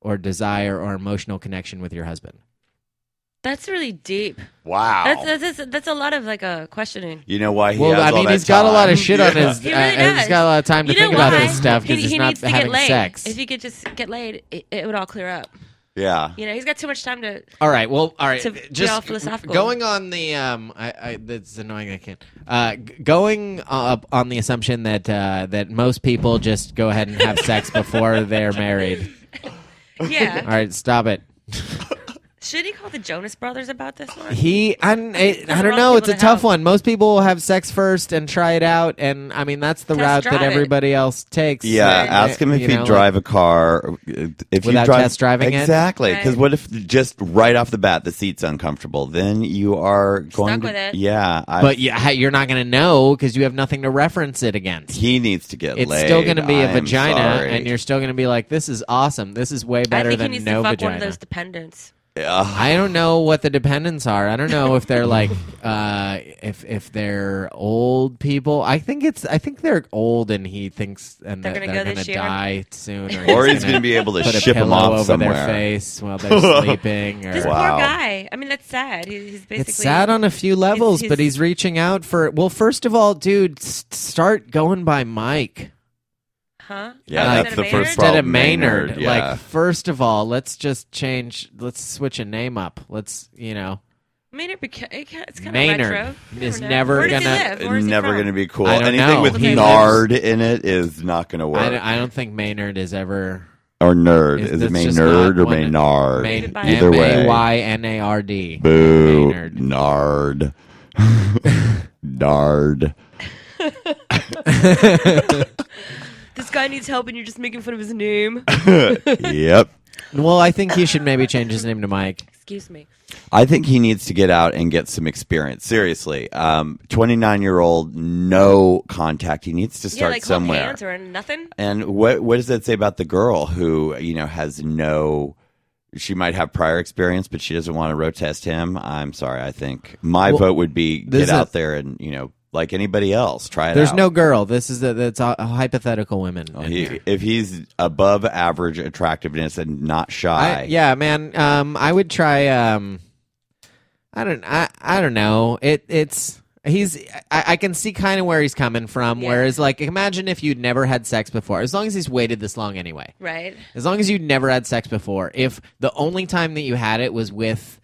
Speaker 2: or desire or emotional connection with your husband?
Speaker 4: That's really deep.
Speaker 3: Wow.
Speaker 4: That's, that's that's that's a lot of like a questioning.
Speaker 3: you know why he
Speaker 2: well,
Speaker 3: has
Speaker 2: I
Speaker 3: all
Speaker 2: mean,
Speaker 3: that
Speaker 2: he's got a lot of
Speaker 3: time?
Speaker 2: shit on his.
Speaker 4: He
Speaker 2: uh,
Speaker 4: really
Speaker 2: and he's
Speaker 4: does.
Speaker 2: got a lot of time to
Speaker 4: You know
Speaker 2: think about
Speaker 4: why?
Speaker 2: this stuff because
Speaker 4: He-
Speaker 2: he's
Speaker 4: he
Speaker 2: not
Speaker 4: needs to get
Speaker 2: having
Speaker 4: laid.
Speaker 2: sex.
Speaker 4: If he could just get laid, it, it would all clear up.
Speaker 3: Yeah.
Speaker 4: You know, he's got too much time to.
Speaker 2: All right. Well, all right.
Speaker 4: To be all
Speaker 2: Just
Speaker 4: philosophical.
Speaker 2: going on the um, I, I that's annoying. I can't. Uh, g- going up on the assumption that uh, that most people just go ahead and have sex before they're married.
Speaker 4: Yeah.
Speaker 2: All right, stop it.
Speaker 4: Should he call the Jonas Brothers about this one?
Speaker 2: He, I, don't- I, I
Speaker 4: the
Speaker 2: don't
Speaker 4: wrong
Speaker 2: know.
Speaker 4: people
Speaker 2: It's a
Speaker 4: to
Speaker 2: tough
Speaker 4: help.
Speaker 2: one. Most people will have sex first and try it out, and I mean that's the
Speaker 4: Test
Speaker 2: route that
Speaker 4: drive it.
Speaker 2: everybody else takes.
Speaker 3: Yeah,
Speaker 2: And,
Speaker 3: ask him if
Speaker 2: you
Speaker 3: he'd
Speaker 2: know,
Speaker 3: drive a car. uh, If
Speaker 2: Without
Speaker 3: you drive,
Speaker 2: test driving it?
Speaker 3: exactly. Because
Speaker 4: Right.
Speaker 3: what if just right off the bat the seat's uncomfortable? Then you are going to,
Speaker 4: with it.
Speaker 3: Yeah, I,
Speaker 2: Like, but yeah, you're not going to know because you have nothing to reference it against.
Speaker 3: he needs to get.
Speaker 2: It's
Speaker 3: laid.
Speaker 2: still going to be a
Speaker 3: I am
Speaker 2: vagina,
Speaker 3: sorry.
Speaker 2: and you're still going to be like, "This is awesome. This is way
Speaker 4: I
Speaker 2: better
Speaker 4: think he
Speaker 2: than
Speaker 4: needs
Speaker 2: no
Speaker 4: to fuck
Speaker 2: vagina."
Speaker 4: one of those dependents.
Speaker 3: Ugh.
Speaker 2: I don't know what the dependents are. I don't know if they're like uh, if if they're old people. I think it's I think they're old, and he thinks and
Speaker 4: They're
Speaker 2: that
Speaker 4: gonna
Speaker 2: they're
Speaker 4: go
Speaker 2: going
Speaker 4: this
Speaker 2: to
Speaker 4: year.
Speaker 2: die soon,
Speaker 3: or he's going to be able to
Speaker 2: put a
Speaker 3: ship him
Speaker 2: pillow
Speaker 3: off
Speaker 2: over their
Speaker 3: somewhere.
Speaker 2: face while they're sleeping. Or
Speaker 4: This
Speaker 3: Wow.
Speaker 4: poor guy. I mean, that's sad. He, he's basically.
Speaker 2: it's sad on a few levels,
Speaker 4: he's-
Speaker 2: but he's reaching out for. Well, first of all, dude, s- start going by Mike. Uh,
Speaker 4: Huh?
Speaker 3: Yeah,
Speaker 4: Instead
Speaker 3: that's
Speaker 4: of
Speaker 3: the
Speaker 4: Maynard?
Speaker 3: first
Speaker 2: instead of
Speaker 3: problem,
Speaker 2: Maynard.
Speaker 3: Maynard, yeah.
Speaker 2: Like, first of all, let's just change. Let's switch a name up. Let's, you know,
Speaker 4: Maynard, beca- it ca- it's kind
Speaker 2: Maynard
Speaker 4: of retro. You
Speaker 2: is
Speaker 4: never know.
Speaker 2: never
Speaker 4: Where does
Speaker 2: gonna-
Speaker 4: he live? Where is he
Speaker 3: Never
Speaker 4: from?
Speaker 3: going to be cool.
Speaker 2: I don't
Speaker 3: Anything
Speaker 2: know.
Speaker 3: with
Speaker 4: He
Speaker 3: nard in it is not going to
Speaker 2: I
Speaker 3: work.
Speaker 2: don't, I don't think Maynard is ever
Speaker 3: or nerd.
Speaker 2: It's-
Speaker 3: Is it
Speaker 2: that's just
Speaker 3: Maynard
Speaker 2: not
Speaker 3: or
Speaker 2: one-
Speaker 3: Maynard?
Speaker 2: Maynard.
Speaker 3: Either way.
Speaker 2: M A Y N A R D.
Speaker 3: Boo.
Speaker 2: Maynard.
Speaker 3: Nard. nard.
Speaker 4: This guy needs help, and you're just making fun of his name.
Speaker 3: Yep.
Speaker 2: Well, I think he should maybe change his name to Mike.
Speaker 4: Excuse me.
Speaker 3: I think he needs to get out and get some experience. Seriously, um, twenty nine year old, no contact. He needs to
Speaker 4: yeah,
Speaker 3: start
Speaker 4: like hold
Speaker 3: somewhere.
Speaker 4: hands or nothing.
Speaker 3: and what what does that say about the girl who you know has no? She might have prior experience, but she doesn't want to road test him. I'm sorry. I think my
Speaker 2: Well,
Speaker 3: vote would be
Speaker 2: this
Speaker 3: get
Speaker 2: is a-
Speaker 3: out there and you know, like anybody else, try it.
Speaker 2: There's
Speaker 3: out.
Speaker 2: no girl. This is a, that's a, a hypothetical women.
Speaker 3: Well,
Speaker 2: in
Speaker 3: Oh, he,
Speaker 2: here.
Speaker 3: if he's above average attractiveness and not shy,
Speaker 2: I, yeah, man. Um, I would try. Um, I don't. I, I don't know. It. It's. He's. I, I can see kind of where he's coming from.
Speaker 4: Yeah.
Speaker 2: Whereas, like, imagine if you'd never had sex before. As long as he's waited this long, anyway.
Speaker 4: Right.
Speaker 2: As long as you'd never had sex before, if the only time that you had it was with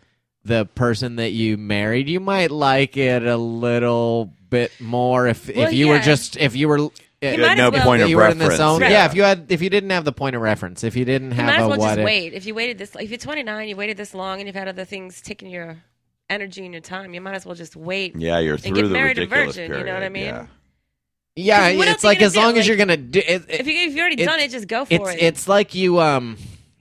Speaker 2: the person that you married, you might like it a little bit more. If
Speaker 4: Well,
Speaker 2: if you were
Speaker 4: yeah.
Speaker 2: just if you were
Speaker 4: He
Speaker 2: if
Speaker 4: might
Speaker 3: At no
Speaker 4: as well-
Speaker 3: point of
Speaker 2: you were in
Speaker 3: reference.
Speaker 2: the zone,
Speaker 4: Right.
Speaker 2: yeah. If you had if you didn't have the point of reference, if you didn't
Speaker 4: You
Speaker 2: have
Speaker 4: might as
Speaker 2: a
Speaker 4: well
Speaker 2: what
Speaker 4: just
Speaker 2: if,
Speaker 4: wait. If you waited this, if you're 29, you waited this long, and you've had other things taking your energy and your time, you might as well just wait.
Speaker 3: Yeah, you're through
Speaker 4: get
Speaker 3: the
Speaker 4: married a
Speaker 3: ridiculous
Speaker 4: virgin,
Speaker 3: period.
Speaker 4: you know what I mean?
Speaker 3: Yeah.
Speaker 2: yeah,
Speaker 4: 'Cause what else
Speaker 2: it's
Speaker 4: are you
Speaker 2: like
Speaker 4: gonna
Speaker 2: as long
Speaker 4: do?
Speaker 2: as you're
Speaker 4: Like,
Speaker 2: gonna do it, it
Speaker 4: If you if you've already
Speaker 2: It-
Speaker 4: done it, just go for
Speaker 2: it's
Speaker 4: it.
Speaker 2: it's like you um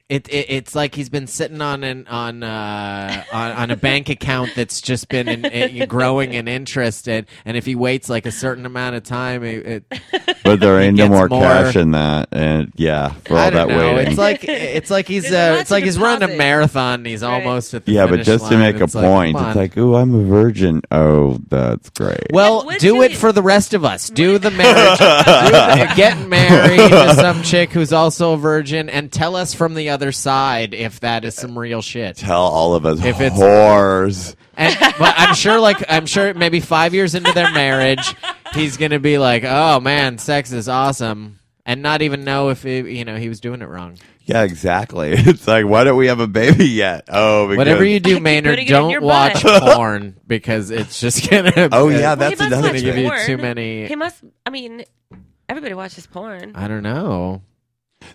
Speaker 2: it, it it's like he's been sitting on an on uh on, on a bank account that's just been in, in- growing in interest and and if he waits like a certain amount of time it, it
Speaker 3: But there ain't no
Speaker 2: gets
Speaker 3: more,
Speaker 2: more-
Speaker 3: cash in that, and yeah, for all
Speaker 2: I don't
Speaker 3: that
Speaker 2: know
Speaker 3: waiting.
Speaker 2: it's like it's like he's
Speaker 4: There's a
Speaker 2: uh,
Speaker 4: lot
Speaker 2: it's
Speaker 4: to
Speaker 2: like he's running a
Speaker 4: deposit.
Speaker 2: marathon and he's
Speaker 4: Right.
Speaker 2: almost at the
Speaker 3: yeah, but
Speaker 2: finish
Speaker 3: just to
Speaker 2: line,
Speaker 3: make
Speaker 2: and
Speaker 3: a
Speaker 2: it's like,
Speaker 3: point,
Speaker 2: come on.
Speaker 3: it's like, ooh, I'm a virgin. Oh, that's great.
Speaker 2: well,
Speaker 4: Let's
Speaker 2: do
Speaker 4: do
Speaker 2: it
Speaker 4: it.
Speaker 2: for the rest of us. Do the marriage. do the- get married to some chick who's also a virgin and tell us from the other side if that is some real shit.
Speaker 3: Tell all of us
Speaker 2: If it's-
Speaker 3: whores.
Speaker 2: And, but I'm sure, like, I'm sure maybe five years into their marriage, he's gonna be like, "Oh man, sex is awesome," and not even know if it, you know he was doing it wrong.
Speaker 3: Yeah, exactly. It's like, why don't we have a baby yet? Oh, because,
Speaker 2: Whatever you do,
Speaker 4: putting
Speaker 2: Maynard,
Speaker 4: it in your
Speaker 2: don't watch porn because it's just gonna.
Speaker 3: Oh yeah,
Speaker 4: Well, he
Speaker 3: that's
Speaker 4: must
Speaker 3: another
Speaker 4: watch
Speaker 2: give you
Speaker 3: thing.
Speaker 4: porn.
Speaker 2: too many-
Speaker 4: He must. I mean, everybody watches porn.
Speaker 2: I don't know.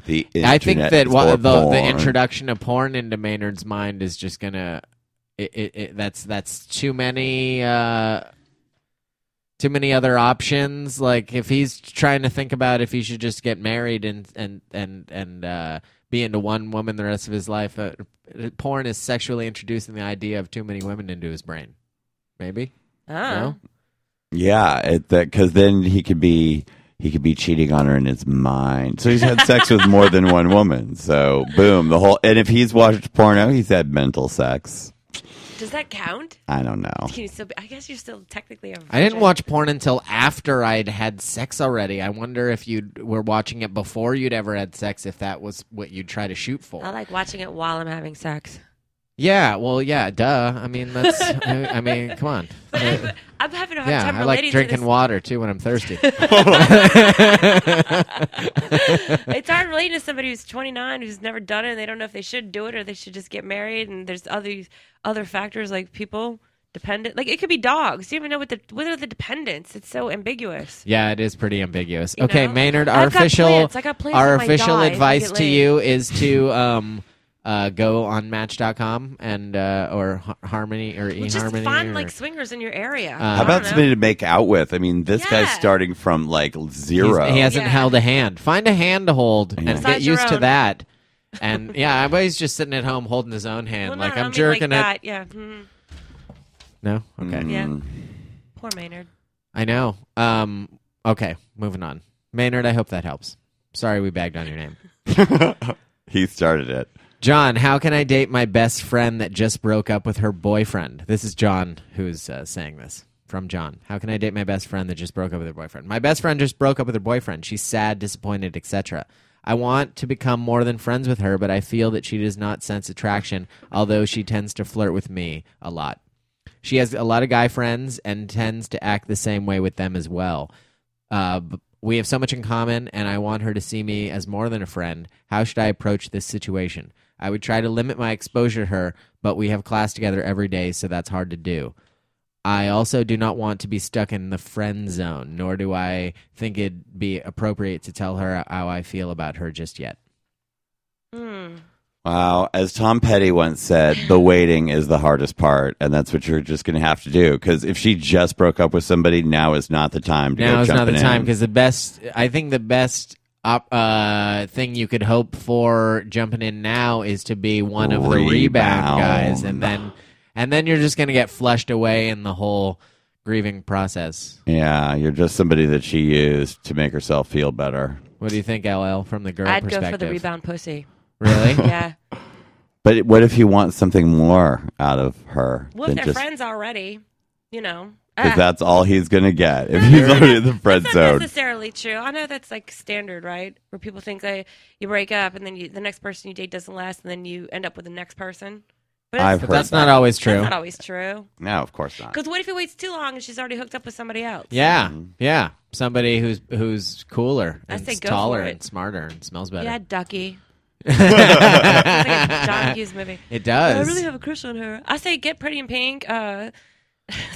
Speaker 3: The
Speaker 2: I think
Speaker 3: internet
Speaker 2: that
Speaker 3: is
Speaker 2: wha- the,
Speaker 3: for
Speaker 2: the
Speaker 3: porn.
Speaker 2: introduction of porn into Maynard's mind is just gonna. It, it, it, that's that's too many. Uh, too many other options. Like if he's trying to think about if he should just get married and and and and uh, be into one woman the rest of his life, uh, porn is sexually introducing the idea of too many women into his brain. Maybe
Speaker 4: Ah.
Speaker 2: no.
Speaker 3: Yeah, it, that because then he could be he could be cheating on her in his mind. So he's had sex with more than one woman. So boom, the whole. And if he's watched porno, he's had mental sex.
Speaker 4: Does that count?
Speaker 3: I don't know.
Speaker 4: Can you still? Be, I guess you're still technically a. Virgin.
Speaker 2: I didn't watch porn until after I'd had sex already. I wonder if you were watching it
Speaker 4: Oh.
Speaker 2: before you'd ever had sex, if that was what you'd try to shoot for.
Speaker 4: I like watching it while I'm having sex.
Speaker 2: Yeah, well, yeah, duh. I mean, that's. I, I mean, come on.
Speaker 4: I'm, I'm having a hard
Speaker 2: Yeah,
Speaker 4: time
Speaker 2: I like
Speaker 4: relating
Speaker 2: drinking
Speaker 4: to this.
Speaker 2: water too when I'm thirsty.
Speaker 4: it's hard relating to somebody who's 29 who's never done it and they don't know if they should do it or they should just get married and there's other other factors like people dependent like it could be dogs you don't even know what the what are the dependents it's so ambiguous
Speaker 2: yeah, it is pretty ambiguous.
Speaker 4: You
Speaker 2: okay,
Speaker 4: know?
Speaker 2: Maynard, our
Speaker 4: I've got
Speaker 2: official
Speaker 4: plans. I got plans
Speaker 2: our
Speaker 4: that might
Speaker 2: official
Speaker 4: die if I
Speaker 2: advice
Speaker 4: get
Speaker 2: to
Speaker 4: laid.
Speaker 2: you is to um uh go on Match.com and uh or Har- Harmony or
Speaker 4: well, just
Speaker 2: eHarmony
Speaker 4: find
Speaker 2: or- Uh,
Speaker 4: like swingers in your area
Speaker 2: How
Speaker 3: How
Speaker 4: I
Speaker 3: about
Speaker 4: don't know.
Speaker 3: somebody to make out with? I mean, this guy's
Speaker 4: Yeah.
Speaker 3: starting from like zero.
Speaker 2: He's- He hasn't
Speaker 4: Yeah.
Speaker 2: held a hand. Find a hand to hold and get
Speaker 4: Besides your
Speaker 2: used to
Speaker 4: own.
Speaker 2: that. And yeah, I'm always just sitting at home holding his own hand,
Speaker 4: well, no,
Speaker 2: like
Speaker 4: no, I
Speaker 2: I'm
Speaker 4: mean,
Speaker 2: jerking
Speaker 4: like
Speaker 2: it.
Speaker 4: that. yeah mhm.
Speaker 2: No, okay,
Speaker 4: yeah
Speaker 3: Mm.
Speaker 4: poor maynard
Speaker 2: I know. Um, okay, moving on. Maynard, I hope that helps. Sorry, we bagged on your name.
Speaker 3: he started it.
Speaker 2: John, how can I date my best friend that just broke up with her boyfriend? This is John who's uh, saying this from John. How can I date my best friend that just broke up with her boyfriend? My best friend just broke up with her boyfriend. She's sad, disappointed, etc. I want to become more than friends with her, but I feel that she does not sense attraction, although she tends to flirt with me a lot. She has a lot of guy friends and tends to act the same way with them as well. Uh, b- we have so much in common, and I want her to see me as more than a friend. How should I approach this situation? I would try to limit my exposure to her, but we have class together every day, so that's hard to do. I also do not want to be stuck in the friend zone, nor do I think it'd be appropriate to tell her how I feel about her just yet.
Speaker 4: Mm.
Speaker 3: Wow. As Tom Petty once said, the waiting is the hardest part. And that's what you're just going to have to do. Because if she just broke up with somebody, now is not the time to
Speaker 2: now
Speaker 3: go
Speaker 2: is not the
Speaker 3: jumping
Speaker 2: time
Speaker 3: in.
Speaker 2: because the best i think the best op, uh, thing you could hope for jumping in now is to be one of the rebound
Speaker 3: Rebound.
Speaker 2: guys and then and then you're just going to get flushed away in the whole grieving process
Speaker 3: Yeah, you're just somebody that she used to make herself feel better.
Speaker 2: what do you think ll from the girl
Speaker 4: i'd go
Speaker 2: perspective
Speaker 4: for the rebound pussy
Speaker 2: really
Speaker 4: yeah
Speaker 3: But what if you want something more out of her?
Speaker 4: well if
Speaker 3: than
Speaker 4: they're
Speaker 3: just-
Speaker 4: friends already you know Ah.
Speaker 3: Because that's all he's going to get if he's already in the friend
Speaker 4: That's not
Speaker 3: zone.
Speaker 4: necessarily true. I know that's like standard, right? Where people think like, you break up and then you, the next person you date doesn't last, and then you end up with the next person. But
Speaker 3: I've
Speaker 4: it's-
Speaker 3: heard
Speaker 2: that's
Speaker 3: that.
Speaker 2: not always
Speaker 4: that's
Speaker 2: true
Speaker 4: not always true.
Speaker 3: No, of course not.
Speaker 4: Because what if he waits too long and she's already hooked up with somebody else?
Speaker 2: yeah
Speaker 3: Mm-hmm.
Speaker 2: yeah somebody who's who's cooler
Speaker 4: I
Speaker 2: and
Speaker 4: say go
Speaker 2: taller
Speaker 4: for it.
Speaker 2: and smarter and smells better
Speaker 4: yeah, Ducky. It's like a John Hughes movie.
Speaker 2: it
Speaker 4: I
Speaker 2: does
Speaker 4: really have a crush on her. I say get pretty in pink. Uh,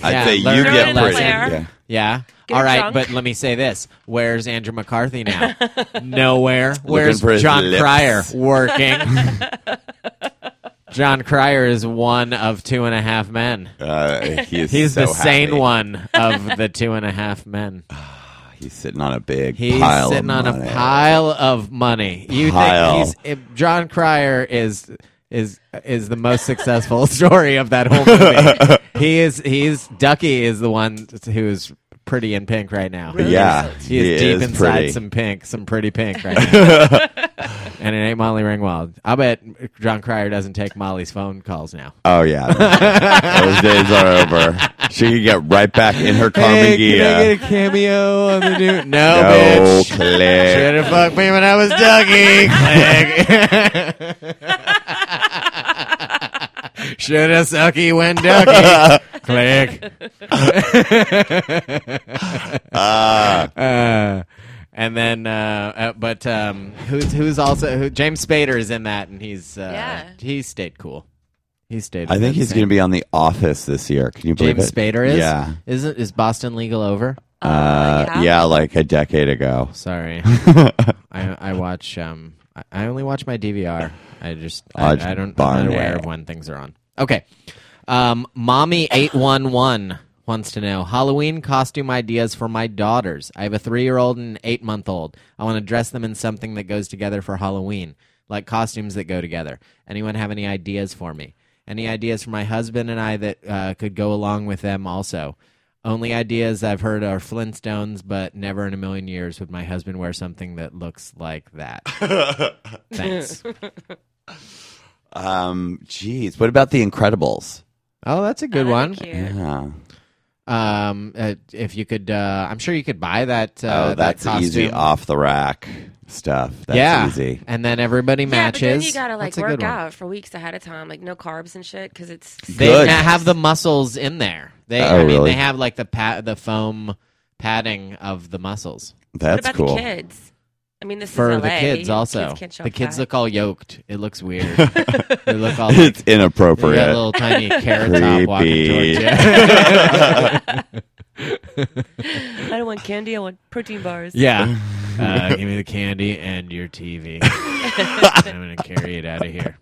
Speaker 3: I'd
Speaker 2: Yeah,
Speaker 3: say you
Speaker 2: learn
Speaker 3: get
Speaker 2: it
Speaker 3: pretty.
Speaker 4: there.
Speaker 3: Yeah.
Speaker 2: Yeah.
Speaker 4: Get
Speaker 2: All right,
Speaker 4: drunk.
Speaker 2: but let me say this: Where's Andrew McCarthy now? Nowhere. Where's
Speaker 3: for his
Speaker 2: John
Speaker 3: lips.
Speaker 2: Cryer working? John Cryer is one of two and a half men.
Speaker 3: Uh, he's
Speaker 2: He's
Speaker 3: so
Speaker 2: the sane
Speaker 3: happy.
Speaker 2: one of the two and a half men.
Speaker 3: He's sitting on a big
Speaker 2: He's
Speaker 3: pile.
Speaker 2: sitting
Speaker 3: of
Speaker 2: on
Speaker 3: money.
Speaker 2: a pile of money. You
Speaker 3: Pile.
Speaker 2: think he's if John Cryer is is is the most successful story of that whole movie. he is he's Ducky is the one who's pretty in pink right now.
Speaker 3: Yeah,
Speaker 2: He is deep
Speaker 3: is
Speaker 2: inside
Speaker 3: pretty.
Speaker 2: some pink, some pretty pink right now. and it ain't Molly Ringwald. I bet John Cryer doesn't take Molly's phone calls now.
Speaker 3: Oh yeah, those days are over. She can get right back in her Carmen Gia.
Speaker 2: a cameo on the new? No,
Speaker 3: No,
Speaker 2: bitch.
Speaker 3: click.
Speaker 2: Should have fucked me when I was Dougie. Click. Should have sucky when Dougie. Click.
Speaker 3: Ah,
Speaker 2: Uh, and then, uh, uh, but um, who's who's also who, James Spader is in that, and he's uh,
Speaker 4: Yeah.
Speaker 2: he stayed cool. He stayed.
Speaker 3: I think he's going to be on The Office this year. Can you believe
Speaker 2: James
Speaker 3: it?
Speaker 2: Spader is.
Speaker 3: Yeah,
Speaker 2: Isn't is Boston Legal over?
Speaker 4: uh,
Speaker 3: uh, yeah. like a decade ago.
Speaker 2: Sorry, I I watch um I- I only watch my DVR. I just I,
Speaker 3: Hodge
Speaker 2: I don't I'm
Speaker 3: Barnett.
Speaker 2: not aware of when things are on. Okay, um, mommy eight one one wants to know Halloween costume ideas for my daughters. I have a three year old and an eight month old. I want to dress them in something that goes together for Halloween, like costumes that go together. Anyone have any ideas for me? Any ideas for my husband and I that uh, could go along with them also? Only ideas I've heard are Flintstones, but never in a million years would my husband wear something that looks like that. Thanks.
Speaker 3: Um, geez, what about The Incredibles?
Speaker 2: Oh, that's a good
Speaker 4: that'd
Speaker 2: one.
Speaker 3: Mm-hmm.
Speaker 2: Uh,
Speaker 4: be cute.
Speaker 3: Yeah,
Speaker 2: Um, uh, if you could, uh, I'm sure you could buy that. Uh,
Speaker 3: oh,
Speaker 2: that
Speaker 3: that's
Speaker 2: costume.
Speaker 3: easy off the rack stuff. That's
Speaker 2: yeah,
Speaker 3: easy.
Speaker 2: and then everybody matches.
Speaker 4: Yeah, but then you gotta like
Speaker 2: That's a
Speaker 4: work
Speaker 2: good one.
Speaker 4: out for weeks ahead of time, like no carbs and shit, because it's
Speaker 2: They
Speaker 3: Good.
Speaker 2: na- have the muscles in there. They,
Speaker 3: Oh,
Speaker 2: I mean,
Speaker 3: really?
Speaker 2: they have like the pat, the foam padding of the muscles
Speaker 4: what
Speaker 3: That's
Speaker 4: about
Speaker 3: cool.
Speaker 4: the kids? I mean, this
Speaker 2: for
Speaker 4: is
Speaker 2: the
Speaker 4: LA.
Speaker 2: kids. Also,
Speaker 4: can't show
Speaker 2: the kids
Speaker 4: fat.
Speaker 2: look all yoked. It looks weird. they look all like,
Speaker 3: it's
Speaker 2: they got a
Speaker 3: inappropriate.
Speaker 2: little tiny carrot top walking towards
Speaker 3: Creepy.
Speaker 2: you.
Speaker 4: I don't want candy. I want protein bars.
Speaker 2: Yeah. Uh, give me the candy and your TV. I'm going to carry it out of here.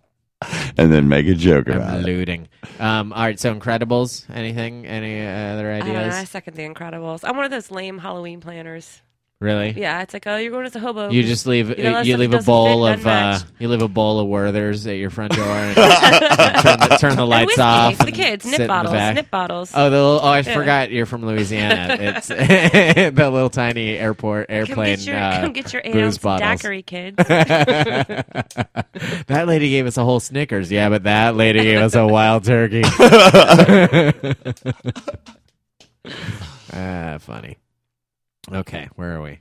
Speaker 3: and then make a joke
Speaker 2: I'm
Speaker 3: about it.
Speaker 2: looting. Um, all right, so Incredibles. Anything? Any uh, other
Speaker 4: I, don't know, I
Speaker 2: ideas?
Speaker 4: second the Incredibles. I'm one of those lame Halloween planners.
Speaker 2: Really?
Speaker 4: Yeah, it's like, oh, you're going as a hobo.
Speaker 2: You just leave
Speaker 4: You know, that
Speaker 2: you
Speaker 4: stuff
Speaker 2: leave a
Speaker 4: doesn't
Speaker 2: bowl
Speaker 4: fit,
Speaker 2: of
Speaker 4: doesn't
Speaker 2: uh,
Speaker 4: match.
Speaker 2: you leave a bowl of Werthers at your front door and turn, the, turn the lights
Speaker 4: whiskey
Speaker 2: off.
Speaker 4: for the
Speaker 2: and
Speaker 4: kids,
Speaker 2: sit in
Speaker 4: nip
Speaker 2: the
Speaker 4: bottles,
Speaker 2: back.
Speaker 4: nip bottles.
Speaker 2: Oh, the little, oh! I
Speaker 4: Yeah.
Speaker 2: forgot you're from Louisiana. It's the little tiny airport
Speaker 4: come
Speaker 2: airplane.
Speaker 4: get your,
Speaker 2: uh,
Speaker 4: come get your eight
Speaker 2: booze
Speaker 4: ounce
Speaker 2: bottles.
Speaker 4: daiquiri, kids.
Speaker 2: that lady gave us a whole Snickers. Yeah, but that lady gave us a wild turkey. ah, funny. Okay, where are we?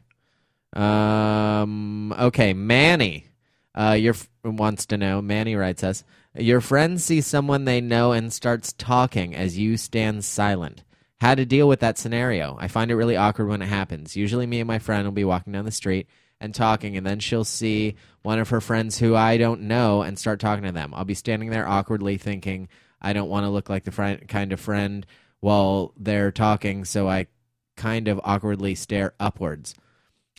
Speaker 2: Um. Okay, Manny. Uh, your f- wants to know. Manny writes us. Your friend sees someone they know and starts talking as you stand silent. How to deal with that scenario? I find it really awkward when it happens. Usually, me and my friend will be walking down the street and talking, and then she'll see one of her friends who I don't know and start talking to them. I'll be standing there awkwardly thinking, I don't want to look like the friend, kind of friend while they're talking, so I kind of awkwardly stare upwards.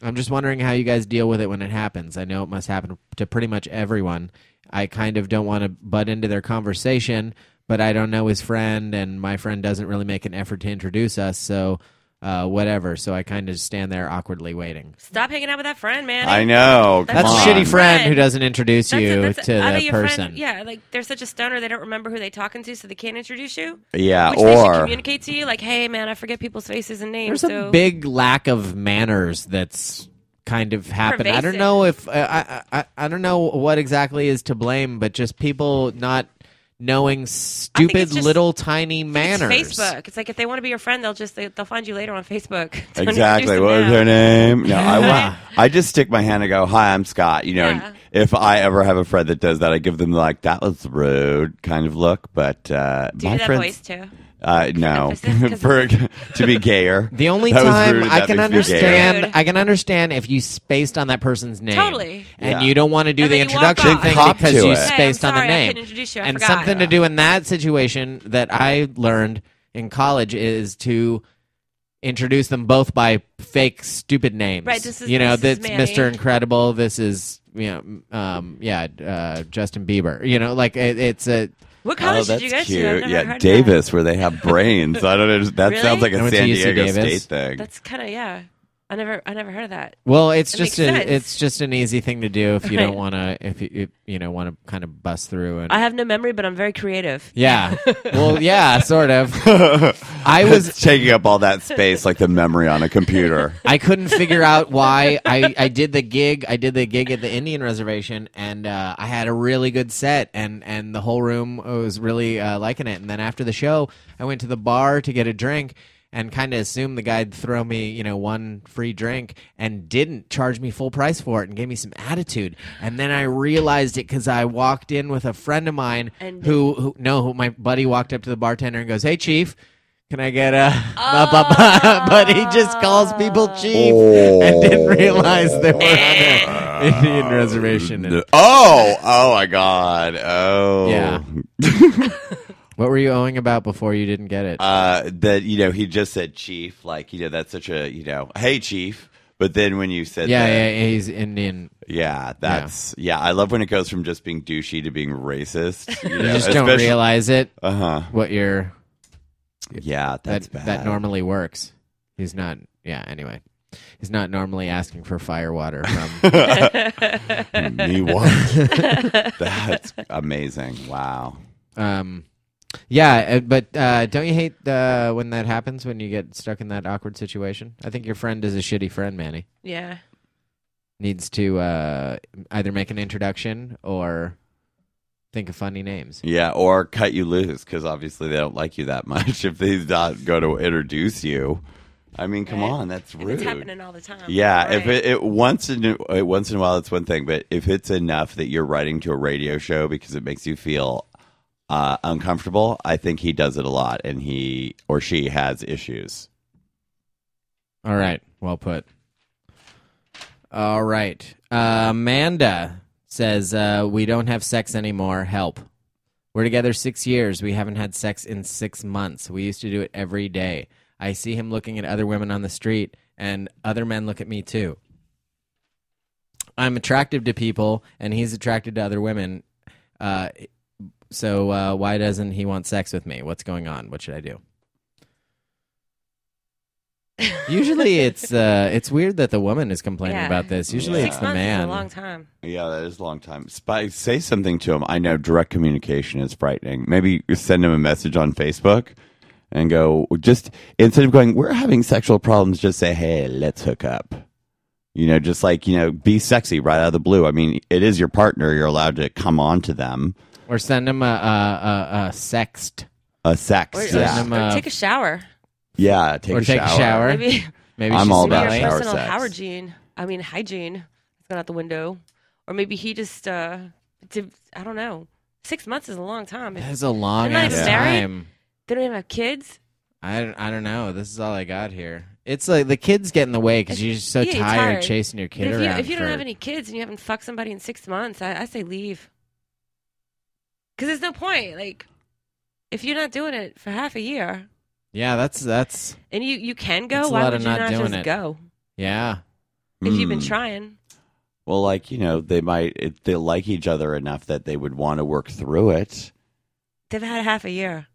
Speaker 2: I'm just wondering how you guys deal with it when it happens. I know it must happen to pretty much everyone. I kind of don't want to butt into their conversation, but I don't know his friend, and my friend doesn't really make an effort to introduce us, so uh, whatever. So I kind of stand there awkwardly waiting.
Speaker 4: Stop hanging out with that friend, man.
Speaker 3: I know. Come
Speaker 2: That's
Speaker 4: Come
Speaker 2: a
Speaker 3: on.
Speaker 2: shitty friend
Speaker 4: Friend.
Speaker 2: who doesn't introduce
Speaker 4: That's
Speaker 2: you
Speaker 4: it, that's it.
Speaker 2: to
Speaker 4: I bet
Speaker 2: the
Speaker 4: your
Speaker 2: person.
Speaker 4: Friend, yeah, like they're such a stoner, they don't remember who they talking to, so they can't introduce you.
Speaker 3: Yeah,
Speaker 4: Which they should
Speaker 3: or
Speaker 4: communicate to you, like, hey, man, I forget people's faces and names.
Speaker 2: There's
Speaker 4: so
Speaker 2: a big lack of manners that's kind of happened. I don't
Speaker 4: Pervasive.
Speaker 2: know if uh, I, I I don't know what exactly is to blame, but just people not knowing stupid
Speaker 4: just-
Speaker 2: little tiny
Speaker 4: it's
Speaker 2: manners.
Speaker 4: Facebook. It's like if they want to be your friend, they'll just they, they'll find you later on Facebook. Don't introduce
Speaker 3: exactly.
Speaker 4: them
Speaker 3: What was
Speaker 4: now.
Speaker 3: her name? No, I
Speaker 2: Yeah.
Speaker 3: wa- I just stick my hand and go, "Hi, I'm Scott." You know, and if I ever have a friend that does that, I give them like that was rude kind of look. But uh,
Speaker 4: Do you
Speaker 3: my
Speaker 4: do that
Speaker 3: friends,
Speaker 4: voice too?
Speaker 3: uh, no,
Speaker 4: Emphasis, 'cause-
Speaker 3: for to be gayer.
Speaker 2: The only
Speaker 3: That was
Speaker 2: time
Speaker 3: rude.
Speaker 2: I
Speaker 3: That
Speaker 2: can
Speaker 3: makes me gayer.
Speaker 2: understand,
Speaker 4: Rude.
Speaker 2: I can understand if you spaced on that person's name,
Speaker 4: Totally.
Speaker 2: and
Speaker 3: Yeah.
Speaker 2: you don't want to do
Speaker 4: And
Speaker 2: the
Speaker 4: then you walk
Speaker 2: introduction
Speaker 4: off.
Speaker 2: thing
Speaker 3: Cop
Speaker 2: because
Speaker 3: to
Speaker 2: you
Speaker 3: it. Hey,
Speaker 4: I'm
Speaker 2: spaced on the
Speaker 4: sorry, I
Speaker 2: name.
Speaker 4: couldn't introduce you, I
Speaker 2: and
Speaker 4: forgot.
Speaker 2: something to do in that situation that I learned in college is to introduce them both by fake stupid names.
Speaker 4: Right, this is-
Speaker 2: you know
Speaker 4: this is
Speaker 2: that's
Speaker 4: Manny.
Speaker 2: Mr. Incredible. This is you know um, yeah uh, Justin Bieber. You know like it, it's a
Speaker 4: What
Speaker 3: Oh,
Speaker 4: college
Speaker 3: that's
Speaker 4: did you go
Speaker 3: cute.
Speaker 4: to? I've never heard
Speaker 3: yeah,
Speaker 4: of
Speaker 3: Davis, where they have brains. I don't know. That
Speaker 4: Really?
Speaker 3: sounds like
Speaker 2: I
Speaker 3: a
Speaker 2: went to
Speaker 3: San
Speaker 2: UC
Speaker 3: Diego
Speaker 2: Davis.
Speaker 3: State thing.
Speaker 4: That. That's kind of yeah. I never I never heard of that.
Speaker 2: Well, it's
Speaker 4: It
Speaker 2: just
Speaker 4: makes sense.
Speaker 2: a, it's just an easy thing to do if you don't
Speaker 4: Right.
Speaker 2: want to if you, you you know want to kind of bust through and
Speaker 4: I have no memory, but I'm very creative.
Speaker 2: yeah. well, yeah, sort of. I was
Speaker 3: It's taking up all that space, like the memory on a computer.
Speaker 2: I couldn't figure out why I, I did the gig. I did the gig at the Indian reservation, and uh, I had a really good set, and, and the whole room was really uh, liking it. And then after the show, I went to the bar to get a drink, and kind of assumed the guy'd throw me you know one free drink, and didn't charge me full price for it, and gave me some attitude. And then I realized it because I walked in with a friend of mine
Speaker 4: And-
Speaker 2: who, who no, who my buddy walked up to the bartender and goes, "Hey, chief." Can I get a but he just calls people
Speaker 3: Oh.
Speaker 2: chief and didn't realize they were on an Indian reservation. And-
Speaker 3: Oh, oh my God. Oh.
Speaker 2: Yeah. what were you owing about before you didn't get it?
Speaker 3: Uh, that, you know, he just said chief. Like, you know, that's such a, you know, hey, chief. But then when you said
Speaker 2: yeah,
Speaker 3: that,
Speaker 2: yeah, yeah, he's Indian.
Speaker 3: yeah, that's, yeah. I love when it goes from just being douchey to being racist. You,
Speaker 2: You
Speaker 3: know,
Speaker 2: just don't
Speaker 3: especially-
Speaker 2: realize it.
Speaker 3: Uh-huh.
Speaker 2: What you're
Speaker 3: Yeah, that's
Speaker 2: that
Speaker 3: bad.
Speaker 2: that normally works. He's not. Yeah. Anyway, he's not normally asking for fire water from.
Speaker 3: Me what? that's amazing. Wow.
Speaker 2: um, yeah, uh, but uh, don't you hate uh, when that happens when you get stuck in that awkward situation? I think your friend is a shitty friend, Manny.
Speaker 4: Yeah.
Speaker 2: needs to uh, either make an introduction or think of funny names.
Speaker 3: Yeah, or cut you loose because obviously they don't like you that much if they not go to introduce you. I mean, come
Speaker 4: Right.
Speaker 3: on, that's
Speaker 4: And
Speaker 3: rude.
Speaker 4: It's happening all the time.
Speaker 3: Yeah, if
Speaker 4: Right.
Speaker 3: it, it once in a- once in a while, it's one thing, but if it's enough that you're writing to a radio show because it makes you feel uh, uncomfortable, I think he does it a lot, and he or she has issues.
Speaker 2: All right, well put. All right, uh, Amanda says uh, we don't have sex anymore. Help. We're together six years. We haven't had sex in six months. We used to do it every day. I see him looking at other women on the street, and other men look at me too. I'm attractive to people, and he's attracted to other women. Uh, so uh, why doesn't he want sex with me? What's going on? What should I do? Usually, it's uh, it's weird that the woman is complaining
Speaker 4: Yeah.
Speaker 2: about this. Usually,
Speaker 3: Yeah.
Speaker 2: it's
Speaker 4: Six
Speaker 2: the
Speaker 4: months
Speaker 2: man.
Speaker 4: is a long time.
Speaker 3: Yeah, that is a long time. Spy, say something to him. I know direct communication is frightening. Maybe send him a message on Facebook and go just instead of going, "We're having sexual problems," just say, "Hey, let's hook up." You know, just like you know, be sexy right out of the blue. I mean, it is your partner; you're allowed to come on to them.
Speaker 2: Or send him a a, a, a sext.
Speaker 3: A sex,
Speaker 4: Or,
Speaker 2: Yeah.
Speaker 3: yeah,
Speaker 2: send him
Speaker 4: or
Speaker 2: a-
Speaker 4: take a shower.
Speaker 3: yeah. Take,
Speaker 2: Or
Speaker 3: a,
Speaker 2: take
Speaker 3: shower.
Speaker 2: a shower.
Speaker 4: Maybe
Speaker 2: Maybe
Speaker 3: I'm
Speaker 2: she's
Speaker 3: all
Speaker 4: maybe
Speaker 3: about
Speaker 4: your
Speaker 2: smelly.
Speaker 3: shower
Speaker 4: personal
Speaker 3: sex.
Speaker 4: power gene. I mean hygiene. It's gone out the window. Or maybe he just uh did, I don't know. Six months is a long time. If
Speaker 2: That's a long
Speaker 4: They're
Speaker 2: ass
Speaker 4: not even married?
Speaker 2: time.
Speaker 4: They don't even have kids.
Speaker 2: I don't, I don't know. This is all I got here. It's like the kids get in the way because
Speaker 4: If-
Speaker 2: you're just so
Speaker 4: yeah, you're
Speaker 2: tired,
Speaker 4: tired.
Speaker 2: chasing your
Speaker 4: But
Speaker 2: kid
Speaker 4: if you,
Speaker 2: around.
Speaker 4: if you don't
Speaker 2: for-
Speaker 4: have any kids and you haven't fucked somebody in six months, I, I say leave. Because there's no point. Like, if you're not doing it for half a year
Speaker 2: yeah, that's that's
Speaker 4: and you, you can go,
Speaker 2: It's a
Speaker 4: why
Speaker 2: lot
Speaker 4: would
Speaker 2: of
Speaker 4: you
Speaker 2: not
Speaker 4: not,
Speaker 2: doing
Speaker 4: just
Speaker 2: it.
Speaker 4: go?
Speaker 2: yeah.
Speaker 4: If you've
Speaker 2: Hmm.
Speaker 4: been
Speaker 3: Mm.
Speaker 4: trying.
Speaker 3: Well, like you know, they might it, they like each other enough that they would want to work through it.
Speaker 4: They've had half a year.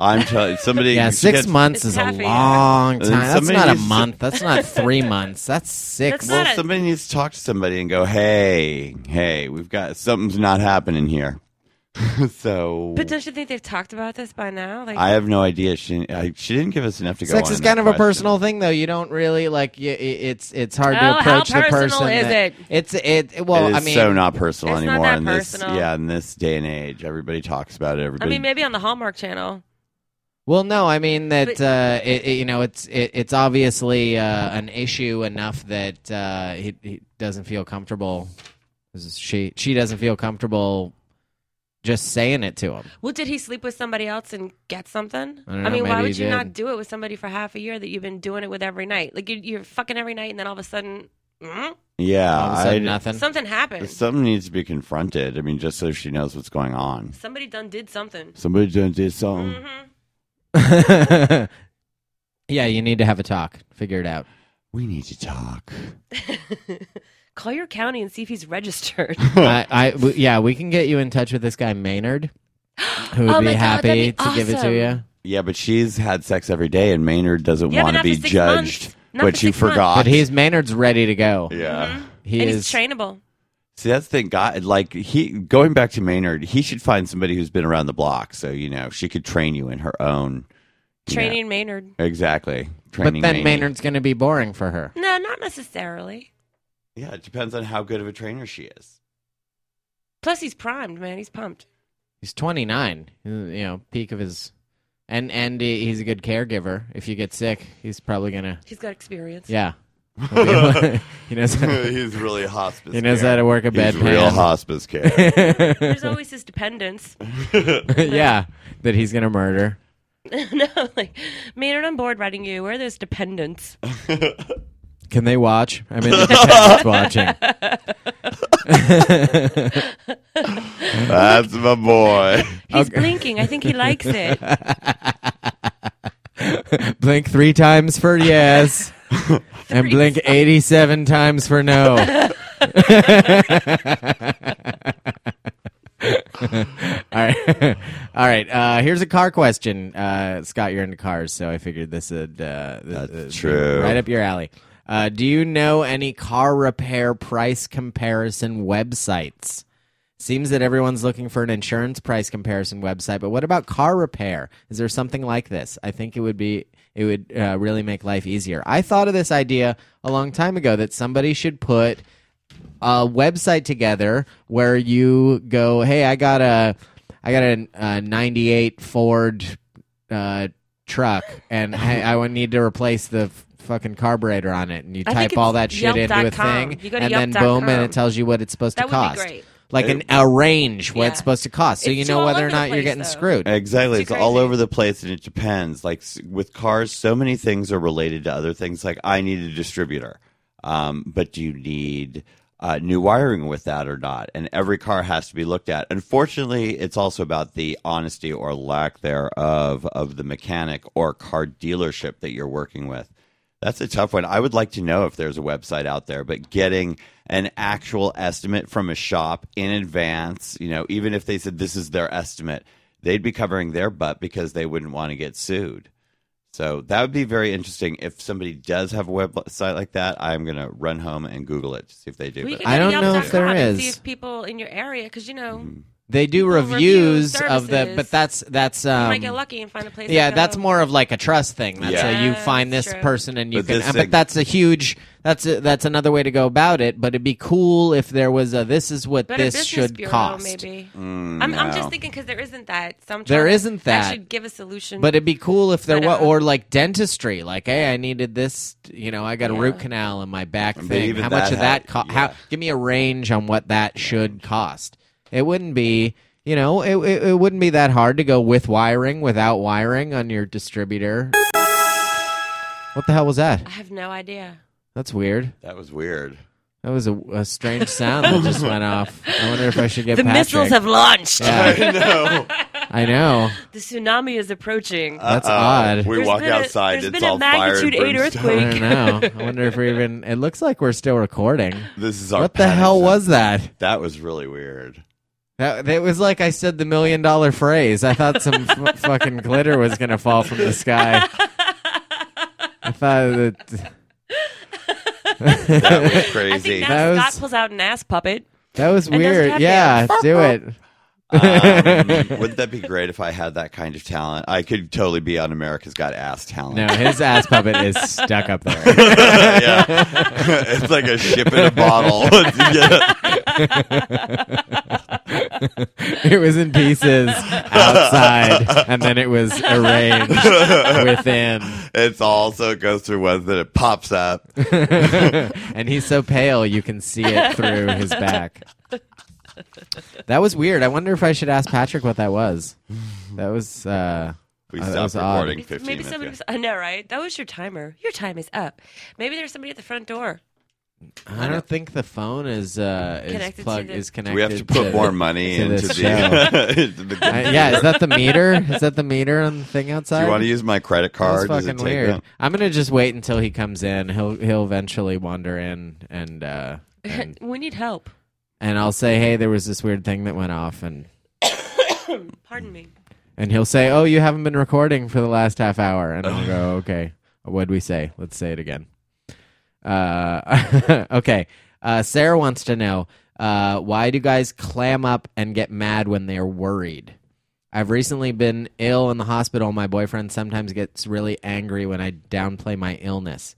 Speaker 3: I'm telling somebody.
Speaker 2: Yeah, six
Speaker 3: gets-
Speaker 2: months
Speaker 4: It's
Speaker 2: is a
Speaker 4: half a year.
Speaker 2: long
Speaker 3: And
Speaker 2: time. That's
Speaker 3: Uh, somebody
Speaker 2: not a
Speaker 3: needs to-
Speaker 2: month. That's not three months. That's six.
Speaker 4: That's
Speaker 3: Well,
Speaker 4: not a-
Speaker 3: somebody needs to talk to somebody and go, "Hey, hey, we've got something's not happening here." so
Speaker 4: But don't you think they've talked about this by now? Like, oh,
Speaker 3: I have no idea. She I, she didn't give us enough to go.
Speaker 2: Sex
Speaker 3: on
Speaker 2: is
Speaker 3: in that
Speaker 2: kind of a
Speaker 3: question.
Speaker 2: personal thing, though. You don't really like. You, i- it's it's hard
Speaker 4: Oh,
Speaker 2: to
Speaker 4: how
Speaker 2: approach the person.
Speaker 4: personal is
Speaker 2: that-
Speaker 4: it?
Speaker 2: It's it. Well,
Speaker 3: it is
Speaker 2: I mean,
Speaker 3: so not personal
Speaker 4: It's not
Speaker 3: anymore.
Speaker 4: that
Speaker 3: in
Speaker 4: personal.
Speaker 3: This, yeah, in this day and age, everybody talks about it.
Speaker 4: I
Speaker 3: Everybody.
Speaker 4: mean, maybe on the Hallmark Channel.
Speaker 2: Well, no, I mean that
Speaker 4: But-
Speaker 2: uh, it, it- you know it's it, it's obviously uh, an issue enough that uh, he, he doesn't feel comfortable. This is She she doesn't feel comfortable just saying it to him.
Speaker 4: Well, did he sleep with somebody else and get something?
Speaker 2: I don't know,
Speaker 4: mean,
Speaker 2: maybe
Speaker 4: why would
Speaker 2: he
Speaker 4: you
Speaker 2: did.
Speaker 4: not do it with somebody for half a year that you've been doing it with every night? Like, you, you're fucking every night, and then all of a sudden, mm,
Speaker 3: yeah,
Speaker 2: All of a sudden,
Speaker 3: I-
Speaker 2: nothing.
Speaker 4: something happened.
Speaker 3: something needs to be confronted. I mean, just so she knows what's going on.
Speaker 4: Somebody done did something.
Speaker 3: Somebody done did
Speaker 2: Um,
Speaker 3: something.
Speaker 4: Mm-hmm.
Speaker 2: yeah, you need to have a talk, figure it out.
Speaker 3: We need to talk.
Speaker 4: Mm-hmm. Call your county and see if he's registered.
Speaker 2: I, I w- yeah, we can get you in touch with this guy Maynard, who would
Speaker 4: Oh
Speaker 2: be
Speaker 4: my God, that'd
Speaker 2: happy
Speaker 4: be
Speaker 2: to give it to
Speaker 4: awesome.
Speaker 2: you.
Speaker 3: Yeah, but she's had sex every day, and Maynard doesn't
Speaker 4: Yeah, but
Speaker 3: want to
Speaker 4: not
Speaker 3: be
Speaker 4: for six
Speaker 3: judged.
Speaker 4: months. Not
Speaker 3: But
Speaker 4: for
Speaker 3: you
Speaker 4: six months.
Speaker 3: forgot.
Speaker 2: But he's Maynard's ready to go.
Speaker 3: yeah.
Speaker 2: He
Speaker 4: Mm-hmm. and
Speaker 2: is
Speaker 4: he's trainable.
Speaker 3: See, that's the thing. God, like he going back to Maynard, he should find somebody who's been around the block. So you know, she could train you in her own you know-
Speaker 4: Training Maynard.
Speaker 3: exactly.
Speaker 2: but
Speaker 3: Training
Speaker 2: then Maynard's going to be boring for her.
Speaker 4: No, not necessarily.
Speaker 3: Yeah, it depends on how good of a trainer she is.
Speaker 4: Plus, he's primed, man. He's pumped.
Speaker 2: he's 29 you know peak of his and and he- he's a good caregiver if you get sick he's probably gonna
Speaker 4: He's got experience.
Speaker 2: yeah He'll be able- he knows how to,
Speaker 3: he's really hospice.
Speaker 2: he knows how to work a
Speaker 3: He's real
Speaker 2: bedpan
Speaker 3: hospice care.
Speaker 4: There's always his dependents.
Speaker 2: yeah that he's gonna murder
Speaker 4: no, like Maynard, I'm bored writing you. Where are those dependents?
Speaker 2: can they watch i mean the dependent's watching
Speaker 3: that's my boy.
Speaker 4: He's blinking. I think he likes it.
Speaker 2: blink three times for yes and blink 87 times for no all right all right uh here's a car question uh scott you're into cars so i figured this would uh th-
Speaker 3: That's
Speaker 2: th-
Speaker 3: true.
Speaker 2: right up your alley uh do you know any car repair price comparison websites Seems that everyone's looking for an insurance price comparison website, but what about car repair? Is there something like this? I think it would be it would uh, really make life easier. I thought of this idea a long time ago that somebody should put a website together where you go, hey, I got a, I got a, uh '98 Ford uh, truck, and hey, I would need to replace the f- fucking carburetor on it, and you
Speaker 4: I think
Speaker 2: type
Speaker 4: it's
Speaker 2: all that shit into a
Speaker 4: Yelp.com.
Speaker 2: thing,
Speaker 4: You go to
Speaker 2: and then
Speaker 4: Yelp.com.
Speaker 2: boom, and it tells you what it's supposed
Speaker 4: That
Speaker 2: to
Speaker 4: would
Speaker 2: cost.
Speaker 4: be great.
Speaker 2: Like an a range what it's
Speaker 4: Yeah.
Speaker 2: supposed to cost, so
Speaker 4: It's
Speaker 2: you
Speaker 4: too
Speaker 2: know
Speaker 4: all
Speaker 2: whether
Speaker 4: over
Speaker 2: or
Speaker 4: the
Speaker 2: not you're
Speaker 4: place,
Speaker 2: getting
Speaker 4: though.
Speaker 2: screwed.
Speaker 3: Exactly. It's
Speaker 4: It's
Speaker 3: all
Speaker 4: crazy.
Speaker 3: over the place and it depends. Like s- with cars, so many things are related to other things. Like I need a distributor, um, but do you need uh, new wiring with that or not? And every car has to be looked at. Unfortunately, it's also about the honesty or lack thereof of the mechanic or car dealership that you're working with. That's a tough one. I would like to know if there's a website out there, but getting an actual estimate from a shop in advance, you know, even if they said this is their estimate, they'd be covering their butt because they wouldn't want to get sued. So that would be very interesting. If somebody does have a website like that, I'm going to run home and Google it to see if they do.
Speaker 4: Well, you
Speaker 3: But
Speaker 4: can
Speaker 2: I
Speaker 4: go to
Speaker 2: don't know if there
Speaker 4: Yelp.com and See
Speaker 2: is.
Speaker 4: if people in your area, because you know,
Speaker 3: Mm-hmm.
Speaker 2: They do
Speaker 4: People review
Speaker 2: reviews of the,
Speaker 4: services.
Speaker 2: but that's that's
Speaker 4: you
Speaker 2: um,
Speaker 4: might get lucky and find a place.
Speaker 2: yeah,
Speaker 4: to
Speaker 2: that's
Speaker 4: go.
Speaker 2: more of like a trust thing. That's
Speaker 3: Yeah.
Speaker 2: a, you
Speaker 4: Yeah,
Speaker 2: find
Speaker 4: that's
Speaker 2: this
Speaker 4: true.
Speaker 2: person and you
Speaker 3: But
Speaker 2: can.
Speaker 3: this
Speaker 2: uh,
Speaker 3: thing-
Speaker 2: but that's a huge. That's a, that's another way to go about it. But it'd be cool if there was a. This is what
Speaker 4: Better
Speaker 2: this
Speaker 4: Business
Speaker 2: should
Speaker 4: Bureau,
Speaker 2: cost.
Speaker 4: Maybe
Speaker 3: Mm,
Speaker 4: I'm, I'm
Speaker 3: no.
Speaker 4: just thinking because there isn't that. So I'm
Speaker 2: There
Speaker 4: trying to
Speaker 2: isn't that.
Speaker 4: Actually, give a solution.
Speaker 2: But it'd be cool if there
Speaker 4: But,
Speaker 2: were,
Speaker 4: uh,
Speaker 2: or like dentistry. Like, hey, I needed this. You know, I got a
Speaker 4: Yeah.
Speaker 2: root canal in my back
Speaker 3: But
Speaker 2: thing.
Speaker 3: even
Speaker 2: How much
Speaker 3: that
Speaker 2: of that?
Speaker 3: had-
Speaker 2: Co- How?
Speaker 3: yeah.
Speaker 2: Give me a range on what that should cost. It wouldn't be. You know, it, it, it wouldn't be that hard to go with wiring, without wiring on your distributor. What the hell was that?
Speaker 4: I have no idea.
Speaker 2: That's weird.
Speaker 3: that was weird.
Speaker 2: That was a, a strange sound that just went off. I wonder if I should get
Speaker 4: The
Speaker 2: Patrick.
Speaker 4: missiles have launched.
Speaker 2: Yeah,
Speaker 3: no.
Speaker 2: I know.
Speaker 4: The tsunami is approaching.
Speaker 2: That's odd.
Speaker 3: We
Speaker 4: There's
Speaker 3: walk
Speaker 4: been a-
Speaker 3: outside,
Speaker 4: there's
Speaker 3: it's
Speaker 4: been a
Speaker 3: all fire and
Speaker 4: magnitude eight
Speaker 3: brimstone.
Speaker 2: I
Speaker 4: earthquake.
Speaker 2: don't know. I wonder if we're even. It looks like we're still recording.
Speaker 3: This is our
Speaker 2: What the hell
Speaker 3: Patterson.
Speaker 2: was that?
Speaker 3: That was really weird.
Speaker 2: That it was like I said the million dollar phrase. I thought some f- fucking glitter was gonna fall from the sky. I thought that
Speaker 3: That was
Speaker 4: I
Speaker 3: crazy.
Speaker 4: think now
Speaker 2: That was-
Speaker 4: Scott pulls out an ass puppet.
Speaker 2: that was
Speaker 4: doesn't
Speaker 2: weird.
Speaker 4: have
Speaker 2: Yeah,
Speaker 4: nails.
Speaker 2: do it.
Speaker 3: Um, wouldn't that be great if I had that kind of talent? I could totally be on America's Got Ass talent.
Speaker 2: No, his ass puppet is stuck up there.
Speaker 3: yeah. it's like a ship in a bottle. Yeah.
Speaker 2: It was in pieces outside, and then it was arranged within.
Speaker 3: It's also it goes through one that it pops up.
Speaker 2: and he's so pale you can see it through his back. That was weird. I wonder if I should ask Patrick what that was. That was uh
Speaker 3: We
Speaker 2: Oh, that
Speaker 3: stopped
Speaker 2: was odd.
Speaker 3: recording
Speaker 4: Maybe,
Speaker 3: 15
Speaker 4: maybe
Speaker 3: minutes
Speaker 4: somebody.
Speaker 3: ago.
Speaker 4: Was, I know, right? That was your timer. Your time is up. Maybe there's somebody at the front door.
Speaker 2: I don't think the phone is uh
Speaker 4: Connected
Speaker 2: is
Speaker 4: to
Speaker 2: plugged
Speaker 4: the-
Speaker 2: is connected.
Speaker 3: We have to put more money
Speaker 2: to
Speaker 3: into
Speaker 2: this
Speaker 3: the, into the
Speaker 2: I- yeah, is that the meter? Is that the meter on the thing outside?
Speaker 3: Do you want to use my credit card?
Speaker 2: That's
Speaker 3: Does it
Speaker 2: fucking
Speaker 3: take
Speaker 2: weird.
Speaker 3: that?
Speaker 2: I'm gonna just wait until he comes in. He'll he'll eventually wander in and uh and,
Speaker 4: we need help.
Speaker 2: and I'll say, Hey, there was this weird thing that went off and
Speaker 4: Pardon me.
Speaker 2: And he'll say, "Oh, you haven't been recording for the last half hour." And I'll go, "Okay, what'd we say? Let's say it again." Uh, okay. Uh, Sarah wants to know uh, why do guys clam up and get mad when they are worried? I've recently been ill in the hospital. My boyfriend sometimes gets really angry when I downplay my illness.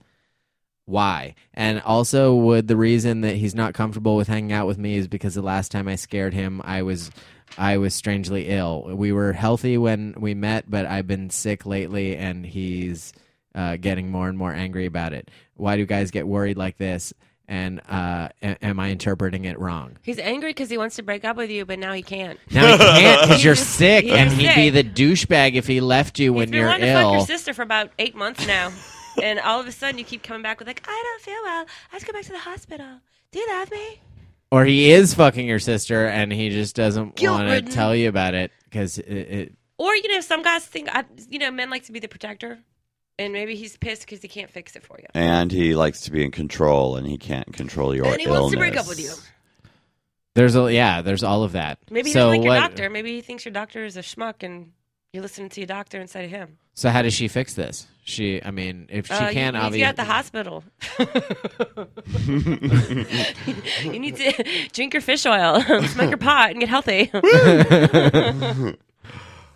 Speaker 2: Why? And also, would the reason that he's not comfortable with hanging out with me is because the last time I scared him, I was I was strangely ill. We were healthy when we met, but I've been sick lately, and he's uh, getting more and more angry about it. Why do guys get worried like this? And uh, a- am I interpreting it wrong?
Speaker 4: He's angry because he wants to break up with you, but now he can't.
Speaker 2: Now he can't because you're
Speaker 4: He's just-
Speaker 2: sick,
Speaker 4: he's
Speaker 2: and
Speaker 4: just
Speaker 2: he'd be
Speaker 4: sick.
Speaker 2: the douchebag if he left you when
Speaker 4: He's been
Speaker 2: you're
Speaker 4: wanting to fuck your
Speaker 2: ill.
Speaker 4: sister for about eight months now, and all of a sudden you keep coming back with like, I don't feel well. I have to go back to the hospital. Do you love me?
Speaker 2: Or he is fucking your sister, and he just doesn't want to
Speaker 4: Guilt-ridden.
Speaker 2: tell you about it because it, it
Speaker 4: Or you know, some guys think I, you know, men like to be the protector, and maybe he's pissed because he can't fix it for you.
Speaker 3: And he likes to be in control, and he can't control your
Speaker 4: And he wants to break
Speaker 3: illness.
Speaker 4: up with you.
Speaker 2: there's a yeah, there's all of that.
Speaker 4: Maybe he
Speaker 2: so
Speaker 4: doesn't like
Speaker 2: what?
Speaker 4: your doctor. Maybe he thinks your doctor is a schmuck, and you're listening to your doctor instead of him.
Speaker 2: So how does she fix this? She, I mean, if she
Speaker 4: Uh,
Speaker 2: can,
Speaker 4: you,
Speaker 2: obviously,
Speaker 4: you at the hospital. you need to drink your fish oil, smoke your pot, and get healthy.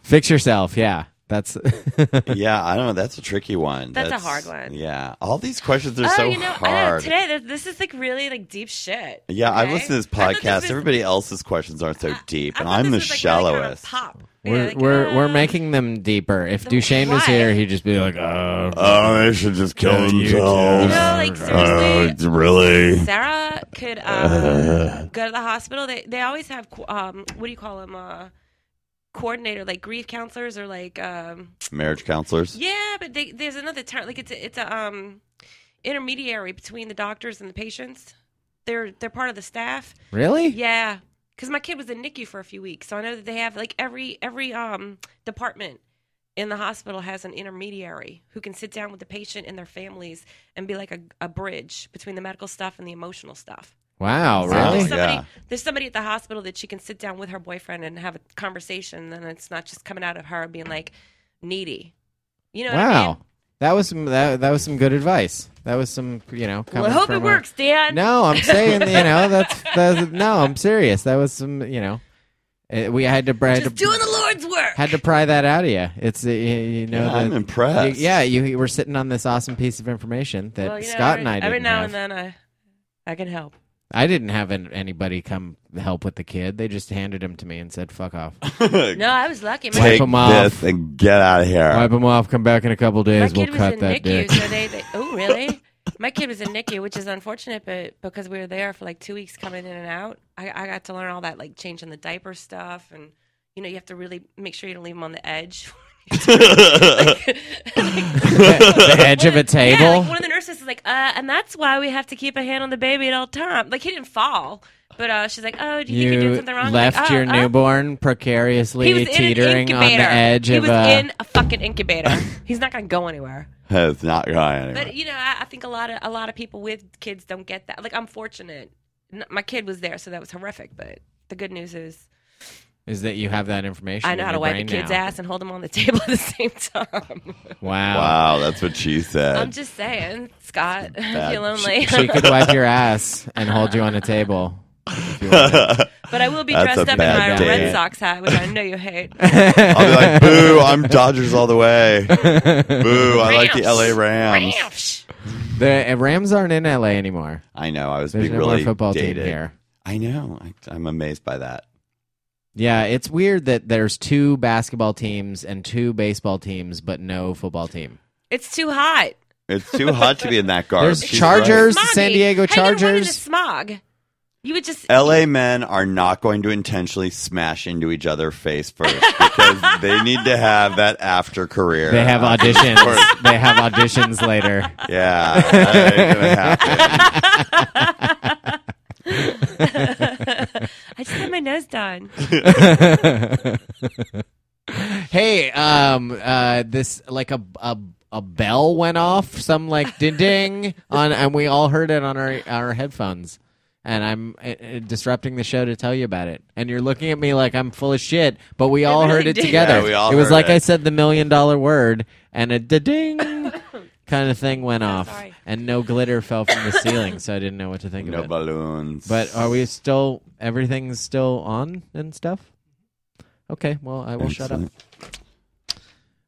Speaker 2: fix yourself. Yeah, That's
Speaker 3: yeah, I don't know. That's a tricky one.
Speaker 4: That's a hard one.
Speaker 3: Yeah, all these questions are
Speaker 4: oh,
Speaker 3: so
Speaker 4: you know, I don't know,
Speaker 3: hard.
Speaker 4: today th- this is like really like deep shit.
Speaker 3: yeah, I've
Speaker 4: okay?
Speaker 3: listened to this
Speaker 4: I thought
Speaker 3: podcast.
Speaker 4: was-
Speaker 3: Everybody else's questions aren't so deep,
Speaker 4: I
Speaker 3: and
Speaker 4: thought
Speaker 3: I'm the
Speaker 4: this was, like, really kind of
Speaker 3: shallowest.
Speaker 4: pop. Yeah,
Speaker 2: we're
Speaker 4: like,
Speaker 2: we're
Speaker 4: uh,
Speaker 2: we're making them deeper. If
Speaker 4: the
Speaker 2: Duchesne was here,
Speaker 4: why?
Speaker 2: he'd just be like, "Oh,
Speaker 3: Oh, they should just kill
Speaker 2: Yeah, you
Speaker 4: You
Speaker 3: themselves.
Speaker 4: know, like seriously,
Speaker 3: Oh, really?
Speaker 4: Sarah could um, go to the hospital. They they always have co- um what do you call them uh coordinator like grief counselors or like um
Speaker 3: Marriage counselors.
Speaker 4: yeah, but they, there's another term like it's a, it's a um intermediary between the doctors and the patients. They're they're part of the staff.
Speaker 2: really?
Speaker 4: Yeah, because my kid was in NICU for a few weeks, so I know that they have like every every um department in the hospital has an intermediary who can sit down with the patient and their families and be like a, a bridge between the medical stuff and the emotional stuff.
Speaker 2: Wow,
Speaker 4: So
Speaker 2: Oh, really?
Speaker 4: There's somebody,
Speaker 3: Yeah.
Speaker 4: there's somebody at the hospital that she can sit down with her boyfriend and have a conversation, and it's not just coming out of her being like needy. You know? What I
Speaker 2: wow,
Speaker 4: mean?
Speaker 2: that was some that, that was some good advice. That was some you know.
Speaker 4: Well, I
Speaker 2: coming
Speaker 4: hope
Speaker 2: from
Speaker 4: it
Speaker 2: a-
Speaker 4: works, Dan.
Speaker 2: No, I'm saying you know that's, that's no, I'm serious. That was some you know, eh, we had to had to,
Speaker 4: Just doing the Lord's work.
Speaker 2: had to pry that out of you. It's uh, you, you know
Speaker 3: Yeah, I'm
Speaker 2: the-
Speaker 3: impressed.
Speaker 2: you- yeah, you, you were sitting on this awesome piece of information that
Speaker 4: Well, you know,
Speaker 2: Scott and
Speaker 4: every,
Speaker 2: I didn't
Speaker 4: every now
Speaker 2: have.
Speaker 4: and then I, I can help.
Speaker 2: I didn't have an, anybody come help with the kid. They just handed him to me and said, "Fuck off,
Speaker 4: No, I was lucky. My
Speaker 3: Take
Speaker 2: 'em off.
Speaker 3: this and get out of here.
Speaker 2: wipe him off. Come back in a couple
Speaker 4: My
Speaker 2: days.
Speaker 4: kid
Speaker 2: we'll
Speaker 4: was
Speaker 2: cut
Speaker 4: in
Speaker 2: that
Speaker 4: NICU,
Speaker 2: dick."
Speaker 4: so they, they. Oh, really? My kid was in NICU, which is unfortunate, but because we were there for like two weeks, coming in and out, I, I got to learn all that, like changing the diaper stuff, and you know, you have to really make sure you don't leave them on the edge.
Speaker 2: the edge of a table.
Speaker 4: Yeah, like one of the nurses is like, uh, and that's why we have to keep a hand on the baby at all time. Like he didn't fall, but uh, she's like, oh, do you, think you're doing something wrong? I'm
Speaker 2: left
Speaker 4: like, "Oh,
Speaker 2: your
Speaker 4: oh."
Speaker 2: newborn
Speaker 4: He
Speaker 2: precariously
Speaker 4: was in an
Speaker 2: teetering on the
Speaker 4: incubator.
Speaker 2: edge
Speaker 4: He
Speaker 2: of
Speaker 4: was
Speaker 2: a.
Speaker 4: in a fucking incubator. He's not gonna go anywhere.
Speaker 3: it's not going anywhere.
Speaker 4: But you know, I, I think a lot of a lot of people with kids don't get that. Like I'm fortunate, N- my kid was there, so that was horrific. But the good news is,
Speaker 2: is that you have that information?
Speaker 4: I know
Speaker 2: in
Speaker 4: how to
Speaker 2: your
Speaker 4: wipe a
Speaker 2: brain
Speaker 4: kid's
Speaker 2: now.
Speaker 4: ass and hold them on the table at the same time.
Speaker 2: Wow.
Speaker 3: wow, that's what she said.
Speaker 4: I'm just saying, Scott, if
Speaker 3: Bad.
Speaker 4: you're lonely.
Speaker 2: She could wipe your ass and hold you on a table. if you wanted.
Speaker 4: but I will be
Speaker 3: That's
Speaker 4: dressed
Speaker 3: a
Speaker 4: up in
Speaker 3: bad
Speaker 4: my
Speaker 2: date.
Speaker 4: Red Sox hat, which I know you hate.
Speaker 3: I'll be like, boo, I'm Dodgers all the way. boo, I like the LA Rams.
Speaker 4: Ramps.
Speaker 2: the uh, Rams aren't in LA anymore.
Speaker 3: I know, I was
Speaker 2: There's
Speaker 3: being
Speaker 2: no
Speaker 3: really
Speaker 2: more football
Speaker 3: dated.
Speaker 2: team here.
Speaker 3: I know. I, I'm amazed by that.
Speaker 2: Yeah, it's weird that there's two basketball teams and two baseball teams, but no football team.
Speaker 4: It's too hot.
Speaker 3: It's too hot to be in that garbage.
Speaker 2: There's
Speaker 3: She's
Speaker 2: Chargers,
Speaker 4: Smoggy.
Speaker 2: San Diego
Speaker 4: Hey, you wanted
Speaker 2: Chargers.
Speaker 4: the smog. You would just.
Speaker 3: right. LA men are not going to intentionally smash into each other face first because they need to have that after career.
Speaker 2: They have
Speaker 3: After sport.
Speaker 2: auditions. they have auditions later.
Speaker 3: Yeah, that ain't gonna happen.
Speaker 4: I just had my nose done.
Speaker 2: Hey, um, uh, this like a a a bell went off, some like ding ding on, and we all heard it on our our headphones. And I'm uh, uh, disrupting the show to tell you about it. And you're looking at me like I'm full of shit, but we all
Speaker 4: really
Speaker 2: heard it
Speaker 4: did.
Speaker 2: together.
Speaker 3: Yeah, we all
Speaker 2: it was
Speaker 3: heard
Speaker 2: like
Speaker 3: it.
Speaker 2: I said the million dollar word, and a ding kind of thing went off,
Speaker 4: sorry.
Speaker 2: and no glitter fell from the ceiling, so I didn't know what to think
Speaker 3: No
Speaker 2: of it.
Speaker 3: balloons.
Speaker 2: But are we still? Everything's still on and stuff. Okay, well I will shut up.
Speaker 3: Excellent.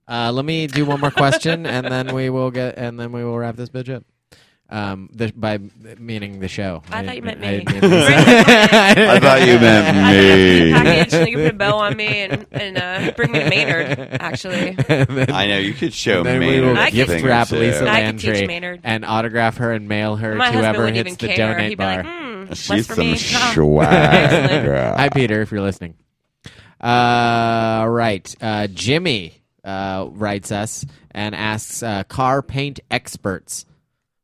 Speaker 2: Uh, let me do one more question, and then we will get, and then we will wrap this bitch up. Um, the, by meaning the show.
Speaker 4: I thought you
Speaker 2: didn't-
Speaker 4: meant me.
Speaker 2: I didn't mean this.
Speaker 3: I thought you meant
Speaker 4: I
Speaker 3: me.
Speaker 4: got a package, and you can put a bow on me and, and uh, bring me to Maynard, actually.
Speaker 3: I know you could show
Speaker 2: then
Speaker 3: me.
Speaker 2: we will
Speaker 4: I could-
Speaker 2: gift wrap Lisa
Speaker 4: I could teach
Speaker 2: Landry
Speaker 4: Maynard.
Speaker 2: and autograph her and mail her
Speaker 4: My
Speaker 2: to
Speaker 4: husband
Speaker 2: whoever hits
Speaker 4: wouldn't even
Speaker 2: the
Speaker 4: care.
Speaker 2: donate
Speaker 4: He'd be
Speaker 2: bar.
Speaker 4: like, mm, less
Speaker 3: She's
Speaker 4: for
Speaker 3: some
Speaker 4: me. Huh.
Speaker 3: swag.
Speaker 2: Hi, Peter, if you're listening. Uh, right. Uh, Jimmy uh, writes us and asks uh, car paint experts.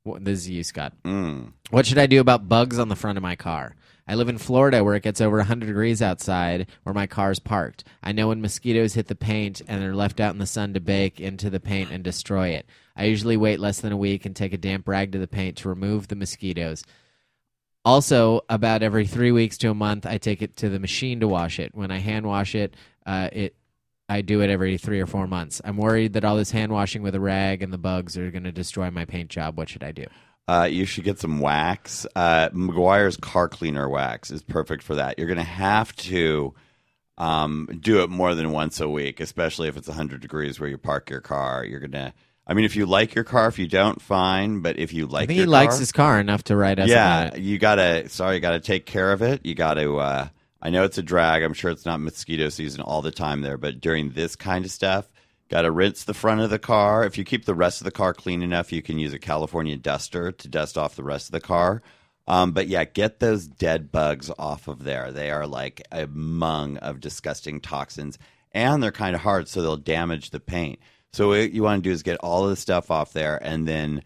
Speaker 2: Wh- This is you, Scott.
Speaker 3: Mm.
Speaker 2: What should I do about bugs on the front of my car? I live in Florida where it gets over 100 degrees outside where my car's parked. I know when mosquitoes hit the paint and they're left out in the sun to bake into the paint and destroy it. I usually wait less than a week and take a damp rag to the paint to remove the mosquitoes. Also, about every three weeks to a month, I take it to the machine to wash it. When I hand wash it, uh, it I do it every three or four months. I'm worried that all this hand washing with a rag and the bugs are going to destroy my paint job. What should I do?
Speaker 3: Uh, you should get some wax. Uh, McGuire's car cleaner wax is perfect for that. You're going to have to um, do it more than once a week, especially if it's 100 degrees where you park your car. You're going to, I mean, if you like your car, if you don't, fine. But if you like
Speaker 2: I think
Speaker 3: your
Speaker 2: he likes
Speaker 3: car,
Speaker 2: his car enough to write us
Speaker 3: yeah,
Speaker 2: about it.
Speaker 3: you gotta. Sorry, you gotta take care of it. You gotta. Uh, I know it's a drag. I'm sure it's not mosquito season all the time there, but during this kind of stuff, gotta rinse the front of the car. If you keep the rest of the car clean enough, you can use a California duster to dust off the rest of the car. Um, but yeah, get those dead bugs off of there. They are like a mung of disgusting toxins, and they're kind of hard, so they'll damage the paint. So what you want to do is get all of the stuff off there, and then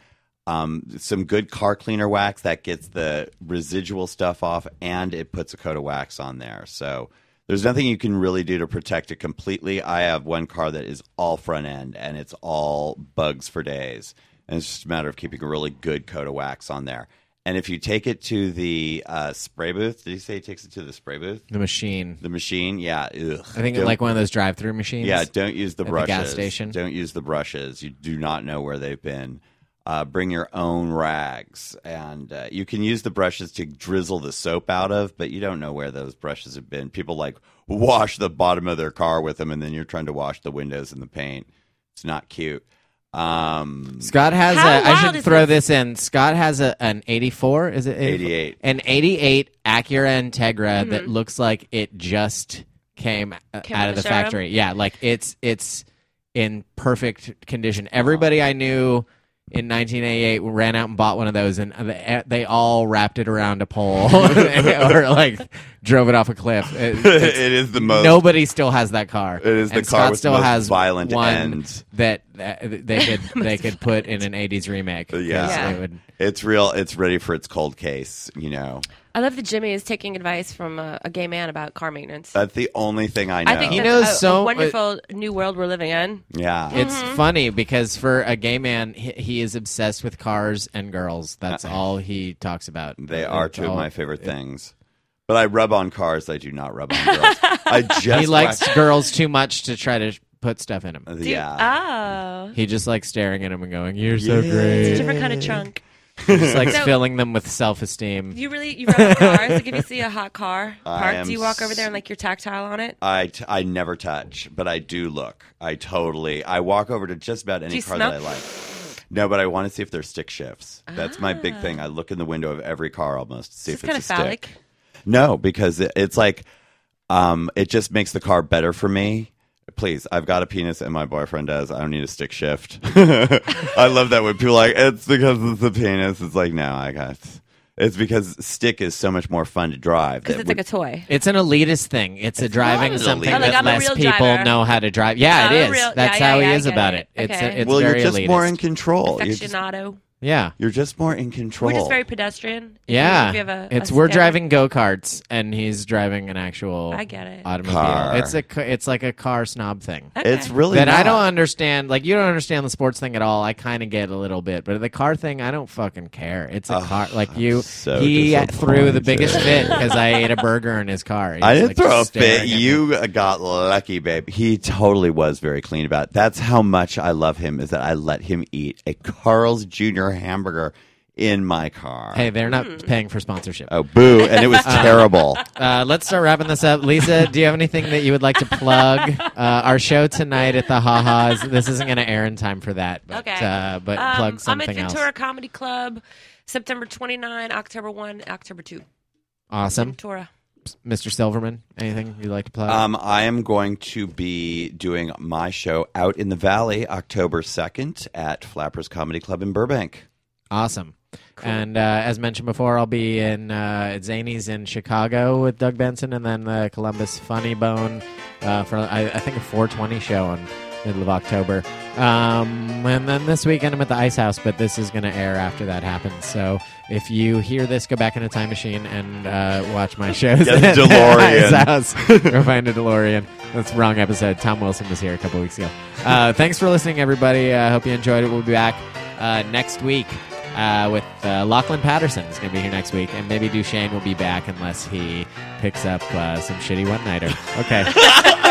Speaker 3: um, some good car cleaner wax that gets the residual stuff off and it puts a coat of wax on there. So there's nothing you can really do to protect it completely. I have one car that is all front end and it's all bugs for days. And it's just a matter of keeping a really good coat of wax on there. And if you take it to the uh, spray booth, did you say he takes it to the spray booth?
Speaker 2: The machine.
Speaker 3: The machine? Yeah. Ugh.
Speaker 2: I think
Speaker 3: Don't-
Speaker 2: like one of those drive-through machines.
Speaker 3: yeah, don't use the
Speaker 2: at the
Speaker 3: brushes.
Speaker 2: gas station.
Speaker 3: Don't use the brushes. You do not know where they've been. Uh, bring your own rags, and uh, you can use the brushes to drizzle the soap out of, but you don't know where those brushes have been. People like wash the bottom of their car with them, and then you're trying to wash the windows and the paint. It's not cute. Um,
Speaker 2: Scott has
Speaker 4: How
Speaker 2: a. I
Speaker 4: wild
Speaker 2: should
Speaker 4: is
Speaker 2: throw
Speaker 4: this?
Speaker 2: this in. Scott has a an 84. Is it 84?
Speaker 3: 88.
Speaker 2: An 88 Acura Integra that looks like it just came, uh,
Speaker 4: Mm-hmm. Came
Speaker 2: out of
Speaker 4: out of
Speaker 2: the
Speaker 4: the showroom?
Speaker 2: factory. Yeah, like it's it's in perfect condition. Everybody I knew in 1988 ran out and bought one of those, and they, they all wrapped it around a pole or like drove it off a cliff. It- it's-
Speaker 3: it is the most.
Speaker 2: Nobody still has that car.
Speaker 3: It is the
Speaker 2: And
Speaker 3: car
Speaker 2: Scott
Speaker 3: with the
Speaker 2: still
Speaker 3: most
Speaker 2: has
Speaker 3: violent
Speaker 2: one
Speaker 3: end.
Speaker 2: that, that they could they could put in an '80s remake. 'cause
Speaker 3: Yeah.
Speaker 2: it would-
Speaker 3: It's real. It's ready for its cold case. You know,
Speaker 4: I love that Jimmy is taking advice from a, a gay man about car maintenance.
Speaker 3: that's the only thing I know.
Speaker 4: I think
Speaker 2: He
Speaker 4: that's
Speaker 2: knows
Speaker 4: a, a
Speaker 2: so- uh,
Speaker 4: wonderful new world we're living in.
Speaker 3: yeah,
Speaker 2: It's
Speaker 4: Mm-hmm.
Speaker 2: funny because for a gay man, he, he is obsessed with cars and girls.
Speaker 4: Uh-uh.
Speaker 2: That's all he talks about. Oh.
Speaker 3: They are
Speaker 2: It's
Speaker 3: two of
Speaker 2: all-
Speaker 3: my favorite things. But I rub on cars. I do not rub on girls. I just
Speaker 2: He likes
Speaker 3: watched-
Speaker 2: girls too much to try to put stuff in them.
Speaker 4: Do you-
Speaker 3: yeah.
Speaker 4: Oh.
Speaker 2: He just likes staring at them and going, "You're so
Speaker 4: It's a
Speaker 2: great."
Speaker 4: different kind of trunk.
Speaker 2: He just likes
Speaker 4: So-
Speaker 2: filling them with self-esteem.
Speaker 4: You really you rub on cars. Like if you see a hot car
Speaker 3: I am
Speaker 4: parked, do you walk over there
Speaker 3: s-
Speaker 4: and like you're tactile on it?
Speaker 3: I, t- I never touch, but I do look. I totally. I walk over to just about any
Speaker 4: you
Speaker 3: car
Speaker 4: smell?
Speaker 3: that I like. No, but I want to see if they're stick shifts. That's my big thing.
Speaker 4: Ah.
Speaker 3: I look in the window of every car almost to see
Speaker 4: It's
Speaker 3: if
Speaker 4: kind of
Speaker 3: it's a
Speaker 4: phallic.
Speaker 3: stick. No, because it, it's like um, it just makes the car better for me. Please, I've got a penis and my boyfriend does. I don't need a stick shift. I love that when people are like it's because it's the penis. It's like no, I got. It's because stick is so much more fun to drive.
Speaker 4: Because it's like a toy.
Speaker 2: It's an elitist thing. It's a driving
Speaker 3: not an
Speaker 2: something
Speaker 3: elitist.
Speaker 2: that
Speaker 4: Oh, like, I'm a
Speaker 2: less
Speaker 4: real
Speaker 2: people
Speaker 4: driver.
Speaker 2: know how to drive. Yeah,
Speaker 4: I'm
Speaker 2: it
Speaker 4: a
Speaker 2: is.
Speaker 4: real-
Speaker 2: That's
Speaker 4: yeah,
Speaker 2: how
Speaker 4: yeah,
Speaker 2: he
Speaker 4: yeah,
Speaker 2: is
Speaker 4: I get
Speaker 2: about it.
Speaker 4: it.
Speaker 2: It's
Speaker 4: Okay.
Speaker 2: it's
Speaker 3: well,
Speaker 2: very
Speaker 3: you're just
Speaker 2: elitist.
Speaker 3: more in control. You're just,
Speaker 4: Aficionado.
Speaker 2: yeah.
Speaker 3: you're just more in control.
Speaker 4: We're just very pedestrian. If you-
Speaker 2: Yeah,
Speaker 4: if you have a-
Speaker 2: it's
Speaker 4: a
Speaker 2: we're
Speaker 4: stick.
Speaker 2: driving go karts and he's driving an actual.
Speaker 4: I get it.
Speaker 2: Automobile.
Speaker 3: Car.
Speaker 2: It's a ca- it's like a car snob thing
Speaker 3: It's really
Speaker 2: that I
Speaker 3: not.
Speaker 2: don't understand. Like you don't understand the sports thing at all. I kind of get a little bit, but the car thing, I don't fucking care. It's a car. Like you,
Speaker 3: so
Speaker 2: he threw the
Speaker 3: disappointed.
Speaker 2: biggest fit because I ate a burger in his car. He
Speaker 3: I
Speaker 2: was,
Speaker 3: didn't
Speaker 2: like,
Speaker 3: throw a
Speaker 2: just staring
Speaker 3: fit.
Speaker 2: at me.
Speaker 3: You got lucky, babe. He totally was very clean about it. That's how much I love him. Is that I let him eat a Carl's Jr. hamburger in my car.
Speaker 2: Hey, they're
Speaker 4: Hmm.
Speaker 2: not paying for sponsorship.
Speaker 3: Oh, boo! And it was terrible.
Speaker 2: Uh, let's start wrapping this up. Lisa, do you have anything that you would like to plug? Uh, our show tonight at the Ha Ha's. This isn't going to air in time for that, but,
Speaker 4: Okay.
Speaker 2: uh, but
Speaker 4: Um,
Speaker 2: plug something
Speaker 4: I'm at
Speaker 2: else.
Speaker 4: Ventura Comedy Club, September 29, October 1, October 2.
Speaker 2: Awesome.
Speaker 4: Ventura.
Speaker 2: Mr. Silverman, anything you'd like to plug?
Speaker 3: Um, I am going to be doing my show out in the Valley, October second at Flappers Comedy Club in Burbank.
Speaker 2: awesome. And uh, as mentioned before, I'll be in uh, at Zany's in Chicago with Doug Benson, and then the Columbus Funny Bone uh, for I, I think a 420 show on middle of October. Um, and then this weekend I'm at the Ice House, but this is going to air after that happens. So if you hear this, go back in a time machine and uh, watch my shows.
Speaker 3: Get a
Speaker 2: at the
Speaker 3: DeLorean.
Speaker 2: Ice House. go find a DeLorean. That's the wrong episode. Tom Wilson was here a couple weeks ago. Uh, thanks for listening, everybody. I hope you enjoyed it. We'll be back uh, next week uh, with uh, Lachlan Patterson is going to be here next week, and maybe Duchesne will be back unless he picks up uh, some shitty one nighter. Okay.